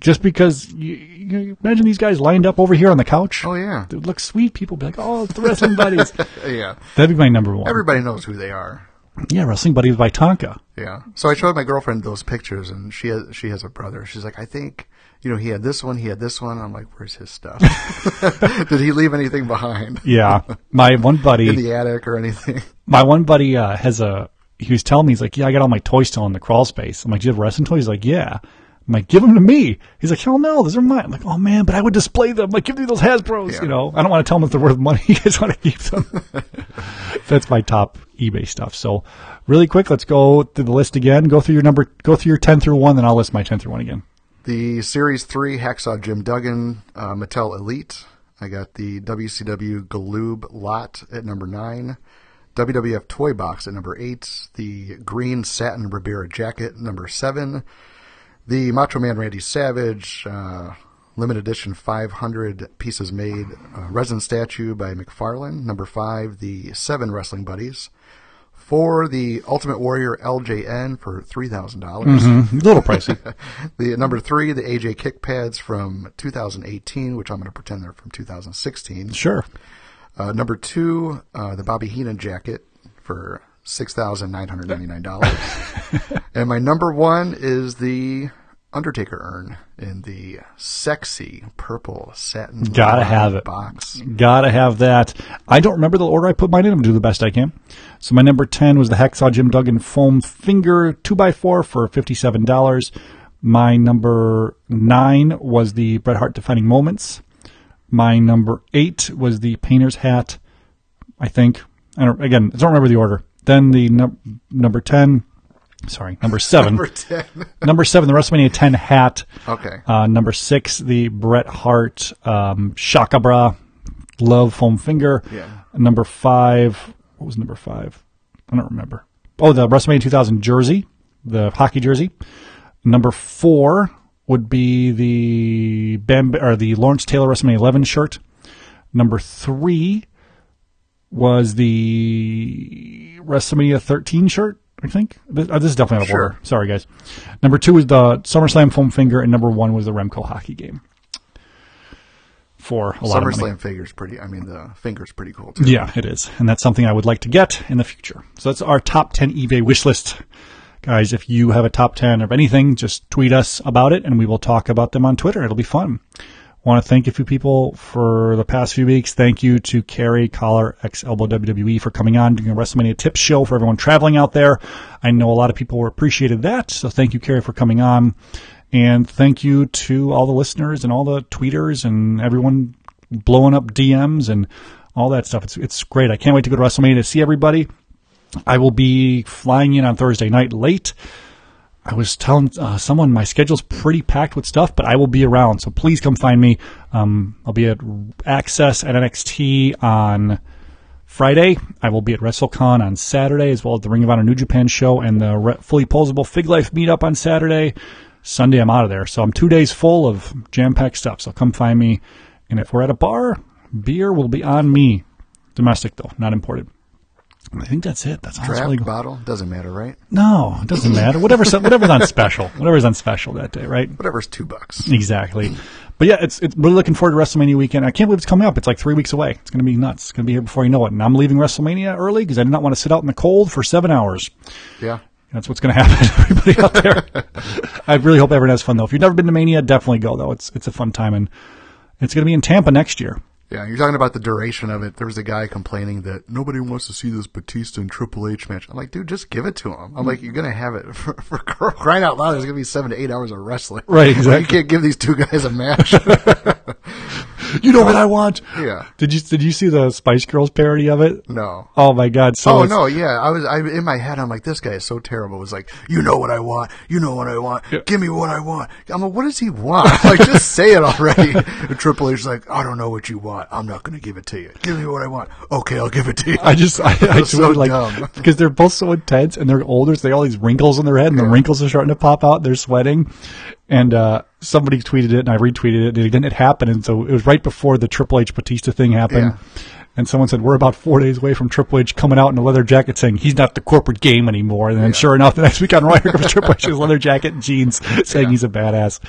S4: Just because you, you imagine these guys lined up over here on the couch.
S5: Oh yeah,
S4: It would look sweet. People would be like, oh, it's the wrestling buddies.
S5: yeah.
S4: That'd be my number one.
S5: Everybody knows who they are.
S4: yeah, wrestling buddies by Tonka.
S5: Yeah. So I showed my girlfriend those pictures, and she has, she has a brother. She's like, I think you know he had this one, he had this one. I'm like, where's his stuff? Did he leave anything behind
S4: Yeah, my one buddy.
S5: in the attic or anything?
S4: my one buddy uh, has a he was telling me he's like yeah i got all my toys still in the crawl space i'm like do you have wrestling toys he's like yeah i'm like give them to me he's like hell no those are mine i'm like oh man but i would display them like give me those hasbros
S5: Yeah.
S4: you know i don't want to tell them if they're worth money you guys want to keep them that's my top ebay stuff so really quick let's go through the list again go through your number go through your 10 through 1 then i'll list my 10 through 1 again
S5: The Series Three Hacksaw Jim Duggan uh, Mattel Elite. I got the WCW Galoob Lot at number nine. WWF Toy Box at number eight. The Green Satin Ribera Jacket number seven. The Macho Man Randy Savage uh, limited edition 500 pieces made uh, resin statue by McFarlane. Number five, the Seven Wrestling Buddies. Four, the Ultimate Warrior LJN for three dollars.
S4: a little pricey
S5: The number three, the AJ kick pads from 2018, which I'm going to pretend they're from 2016.
S4: sure
S5: Uh, number two, uh, the Bobby Heenan jacket for six thousand nine hundred ninety nine dollars. and my number one is the Undertaker urn in the sexy purple satin.
S4: Gotta have it.
S5: box.
S4: Gotta have that. I don't remember the order I put mine in. I'm gonna do the best I can. So my number ten was the Hacksaw Jim Duggan foam finger two x four for fifty seven dollars. My number nine was the Bret Hart defining moments. My number eight was the painter's hat. I think. I don't. Again, I don't remember the order. Then the num- number ten. Sorry, number seven.
S5: Number ten.
S4: number seven, the WrestleMania ten hat.
S5: Okay.
S4: Uh, number six, the Bret Hart um, Shaka Bra Love Foam Finger.
S5: Yeah.
S4: Number five, what was number five? I don't remember. Oh, the WrestleMania 2000 jersey, the hockey jersey. Number four would be the Bam, or the Lawrence Taylor WrestleMania 11 shirt. Number three was the WrestleMania 13 shirt. I think this, oh, this is definitely out of
S5: Sure.
S4: order. Sorry, guys. Number two was the SummerSlam foam finger, and number one was the Remco hockey game. For a lot of money.
S5: SummerSlam figures pretty. I mean, the fingers pretty cool too.
S4: Yeah, it is. And that's something I would like to get in the future. So that's our top 10 eBay wish list. Guys, if you have a top 10 of anything, just tweet us about it and we will talk about them on Twitter. It'll be fun. Want to thank a few people for the past few weeks. Thank you to Carrie Collar, ex Elbow WWE, E, for coming on, doing a WrestleMania tip show for everyone traveling out there. I know a lot of people were appreciated that. So thank you, Carrie, for coming on. And thank you to all the listeners and all the tweeters and everyone blowing up DMs and all that stuff. It's, it's great. I can't wait to go to WrestleMania to see everybody. I will be flying in on Thursday night late. I was telling uh, someone my schedule's pretty packed with stuff, but I will be around, so please come find me. Um, I'll be at Access at NXT on Friday. I will be at WrestleCon on Saturday, as well as the Ring of Honor New Japan show and the Re- fully posable Fig Life meetup on Saturday. Sunday, I'm out of there, so I'm two days full of jam-packed stuff. So come find me, and if we're at a bar, beer will be on me. Domestic though, not imported. I think that's it. That's all that's
S5: Draft
S4: really go-
S5: bottle doesn't matter, right?
S4: no, it doesn't matter. Whatever's whatever's on special, whatever's on special that day, right?
S5: Whatever's two bucks.
S4: Exactly. But yeah, it's it's really looking forward to WrestleMania weekend. I can't believe it's coming up. It's like three weeks away. It's going to be nuts. It's going to be here before you know it. And I'm leaving WrestleMania early because I did not want to sit out in the cold for seven hours.
S5: Yeah.
S4: That's what's going to happen to everybody out there. I really hope everyone has fun though. If you've never been to Mania, definitely go though. It's it's a fun time and it's going to be in Tampa next year.
S5: Yeah, you're talking about the duration of it. There was a guy complaining that nobody wants to see this Batista and Triple H match. I'm like, dude, just give it to him. I'm like, you're gonna have it for, for crying out loud. There's gonna be seven to eight hours of wrestling.
S4: Right,
S5: You
S4: exactly.
S5: can't give these two guys a match. Oh,
S4: You know what I want?
S5: Yeah.
S4: Did you did you see the Spice Girls parody of it?
S5: no.
S4: Oh my God! So
S5: Oh
S4: it's-
S5: no, yeah. I was I in my head. I'm like, this guy is so terrible. It was like, you know what I want. You know what I want. Give me what I want. I'm like, what does he want? like, just say it already. And Triple H's like, I don't know what you want. I'm not gonna give it to you. Give me what I want. Okay, I'll give it to you.
S4: I just, I, I
S5: That's so
S4: tweeted,
S5: dumb.
S4: like, because they're both so intense and they're older, so they all these wrinkles in their head, and the wrinkles are starting to pop out. They're sweating, and uh, somebody tweeted it, and I retweeted it, and it didn't happen. And so it was right before the Triple H Batista thing happened. And someone said, "We're about four days away from Triple H coming out in a leather jacket, saying he's not the corporate game anymore." And then, sure enough, the next week on Raw, here comes Triple H in his leather jacket and jeans, saying he's a badass.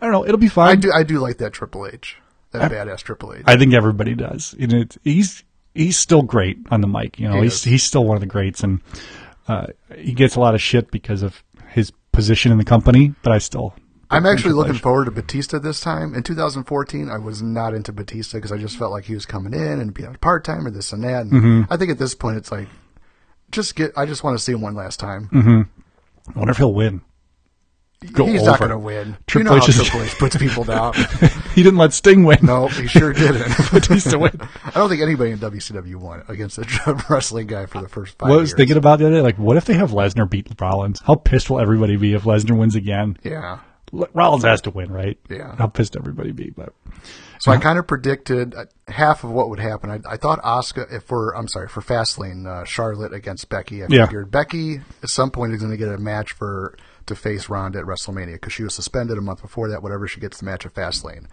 S4: I don't know. It'll be fine.
S5: I do. I do like that Triple H. That badass Triple H.
S4: I think everybody does. You know, it's- he's he's still great on the mic. You know,
S5: He
S4: he's
S5: is.
S4: he's still one of the greats, and uh, he gets a lot of shit because of his position in the company. But I still,
S5: I'm actually looking
S4: H.
S5: forward to Batista this time. In 2014, I was not into Batista because I just felt like he was coming in and being part time or this and that. And
S4: Mm-hmm.
S5: I think at this point, it's like just get. I just want to see him one last time.
S4: I wonder if he'll win. Mm. Go
S5: He's not
S4: over.
S5: going to win.
S4: Triple
S5: you know
S4: H is-
S5: how Triple H puts people down.
S4: He didn't let Sting win.
S5: no, he sure didn't.
S4: Batista win.
S5: I don't think anybody in WCW won against a wrestling guy for the first five
S4: What I was
S5: years.
S4: thinking about the other day, like, what if they have Lesnar beat Rollins? How pissed will everybody be if Lesnar wins again?
S5: yeah.
S4: L- Rollins has to win, right?
S5: Yeah.
S4: How pissed everybody be? But
S5: So I kind of predicted uh, half of what would happen. I, I thought Oscar, if for I'm sorry for Fastlane, uh, Charlotte against Becky. I
S4: Yeah.
S5: figured Becky at some point is going to get a match for to face Ronda at WrestleMania because she was suspended a month before that. Whatever she gets the match at Fastlane.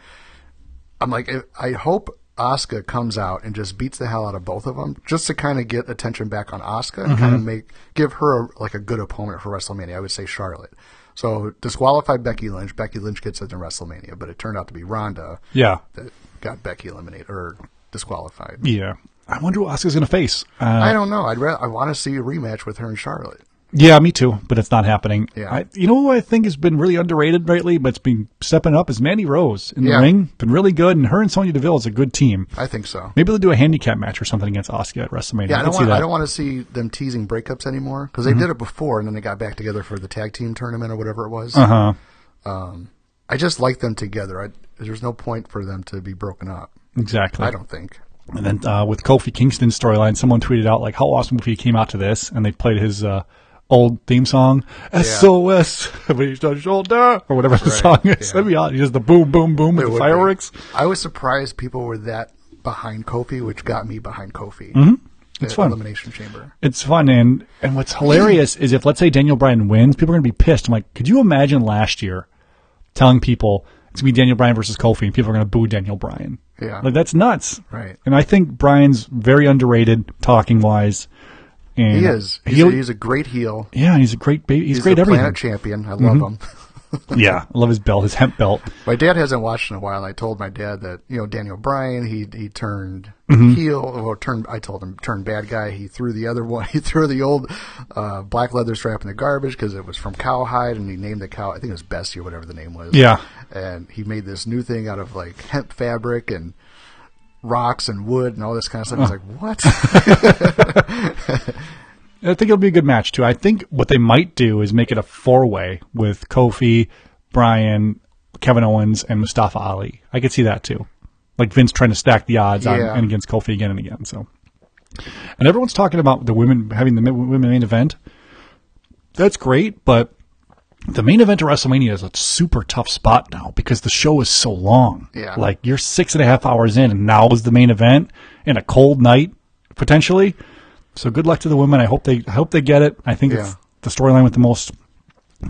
S5: I'm like, if- I hope Asuka comes out and just beats the hell out of both of them, just to kind of get attention back on Asuka and kind of make give her a, like a good opponent for WrestleMania. I would say Charlotte. So disqualify Becky Lynch. Becky Lynch gets it in WrestleMania, but it turned out to be Ronda
S4: yeah,
S5: that got Becky eliminated or disqualified.
S4: yeah. I wonder what Oscar's gonna face. Uh,
S5: I don't know. I'd rather, I want to see a rematch with her and Charlotte.
S4: Yeah, me too, but it's not happening.
S5: Yeah.
S4: I, you know who I think has been really underrated lately, but it's been stepping up is Mandy Rose in
S5: Yeah.
S4: the ring. Been really good, and her and Sonya Deville is a good team.
S5: I think so.
S4: Maybe they'll do a handicap match or something against Asuka at WrestleMania.
S5: Yeah, I
S4: I
S5: don't
S4: can see
S5: want.
S4: that. Mm-hmm.
S5: I don't want to see them teasing breakups anymore because they did it before, and then they got back together for the tag team tournament or whatever it was. Um,
S4: Uh huh.
S5: I just like them together. I, there's no point for them to be broken up.
S4: Exactly.
S5: I don't think.
S4: And then uh, with Kofi Kingston's storyline, someone tweeted out like, "How awesome if he came out to this?" And they played his uh, old theme song, "SOS," when he's done shoulder or whatever the song is. That'd be awesome. He does the boom, boom, boom with
S5: It
S4: the
S5: would be.
S4: fireworks.
S5: I was surprised people were that behind Kofi, which got me behind Kofi.
S4: Mm-hmm. It's
S5: at
S4: fun.
S5: Elimination Chamber.
S4: It's fun and and what's hilarious is if let's say Daniel Bryan wins, people are gonna be pissed. I'm like, could you imagine last year telling people it's gonna be Daniel Bryan versus Kofi and people are gonna boo Daniel Bryan?
S5: Yeah.
S4: Like that's nuts.
S5: Right.
S4: And I think Bryan's very underrated talking wise. And
S5: He is. He's,
S4: he'll-
S5: a, he's a great heel.
S4: yeah, he's a great baby. He's,
S5: He's
S4: great
S5: a
S4: everything. Mm-hmm.
S5: planet champion. I love him.
S4: Yeah, I love his belt, his hemp belt.
S5: My dad hasn't watched in a while. I told my dad that you know Daniel Bryan he he turned
S4: Mm-hmm.
S5: heel or turned. I told him turned bad guy. He threw the other one. He threw the old uh, black leather strap in the garbage because it was from cowhide, and he named the cow. I think it was Bessie or whatever the name was.
S4: Yeah.
S5: and he made this new thing out of like hemp fabric and rocks and wood and all this kind of stuff. I was like, what?
S4: I think it'll be a good match too. I think what they might do is make it a four way with Kofi, Brian, Kevin Owens, and Mustafa Ali. I could see that too. Like Vince trying to stack the odds on
S5: Yeah.
S4: and against Kofi again and again. So And everyone's talking about the women having the mi- women main event. That's great, but the main event of WrestleMania is a super tough spot now because the show is so long.
S5: Yeah.
S4: Like you're six and a half hours in, and now is the main event in a cold night potentially. So good luck to the women. I hope they I hope they get it. I think
S5: Yeah.
S4: it's the storyline with the most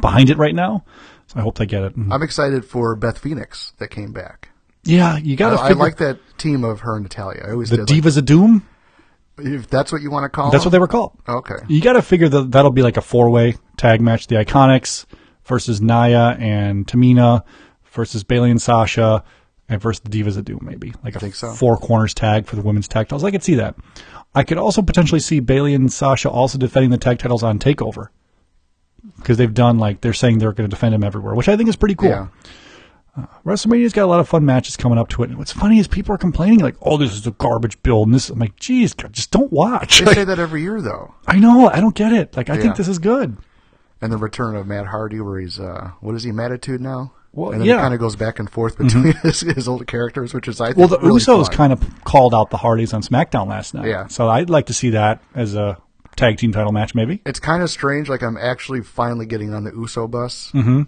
S4: behind it right now. So I hope they get it. And
S5: I'm excited for Beth Phoenix that came back.
S4: yeah, you got
S5: I,
S4: to.
S5: I like that team of her and Natalia. I always
S4: the
S5: did.
S4: Divas of Doom.
S5: Like, if that's what you want to call.
S4: That's what they were called.
S5: Okay.
S4: You got to figure that that'll be like a four way tag match: the Iconics versus Naya and Tamina versus Bailey and Sasha, and versus the Divas of Doom. Maybe like a
S5: think so?
S4: four corners tag for the women's tag titles. I could see that. I could also potentially see Bailey and Sasha also defending the tag titles on Takeover because they've done like they're saying they're going to defend them everywhere, which I think is pretty cool. Uh,
S5: Yeah.
S4: WrestleMania's got a lot of fun matches coming up to it. And what's funny is people are complaining like, "Oh, this is a garbage build." And this, I'm like, "Geez, God, just don't watch."
S5: They
S4: Like,
S5: say that every year though,
S4: I know. I don't get it. Like, I
S5: Yeah.
S4: think this is good.
S5: and the return of Matt Hardy, where he's uh, what is he Matitude now?
S4: Well,
S5: and then
S4: yeah. Mm-hmm.
S5: it kind of goes back and forth between his, his old characters, which is I think
S4: Well, the
S5: really
S4: Usos
S5: fun.
S4: kind of called out the Hardys on SmackDown last night.
S5: Yeah.
S4: So I'd like to see that as a tag team title match, maybe.
S5: It's kind of strange. Like I'm actually finally getting on the Uso bus.
S4: Mm-hmm.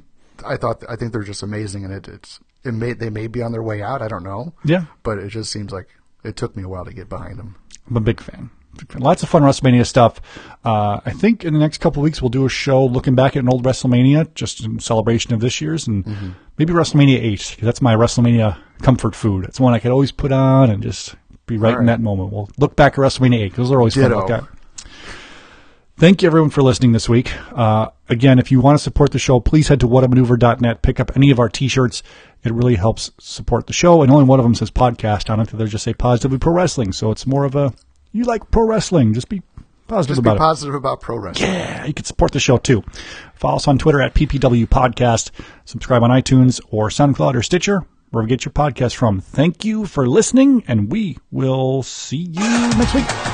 S5: I thought I think they're just amazing, and it, it's it may they may be on their way out. I don't know.
S4: Yeah.
S5: but it just seems like it took me a while to get behind them.
S4: I'm a big fan. Big fan. Lots of fun WrestleMania stuff. Uh, I think in the next couple of weeks we'll do a show looking back at an old WrestleMania, just in celebration of this year's, and maybe WrestleMania eight because that's my WrestleMania comfort food. It's one I could always put on and just be right, in
S5: Alright.
S4: that moment. We'll look back at WrestleMania eight 'cause those are always fun to look
S5: Ditto.
S4: at. Thank you everyone for listening this week. Uh, again, if you want to support the show, please head to whatamaneuver.net, pick up any of our t-shirts. It really helps support the show. And only one of them says podcast on it. The others just say positively pro wrestling. So it's more of a, you like pro wrestling, just be positive
S5: Just be
S4: about it.
S5: positive about pro wrestling.
S4: Yeah, you can support the show too. Follow us on Twitter at PPW Podcast. Subscribe on iTunes or SoundCloud or Stitcher, wherever you get your podcast from. Thank you for listening, and we will see you next week.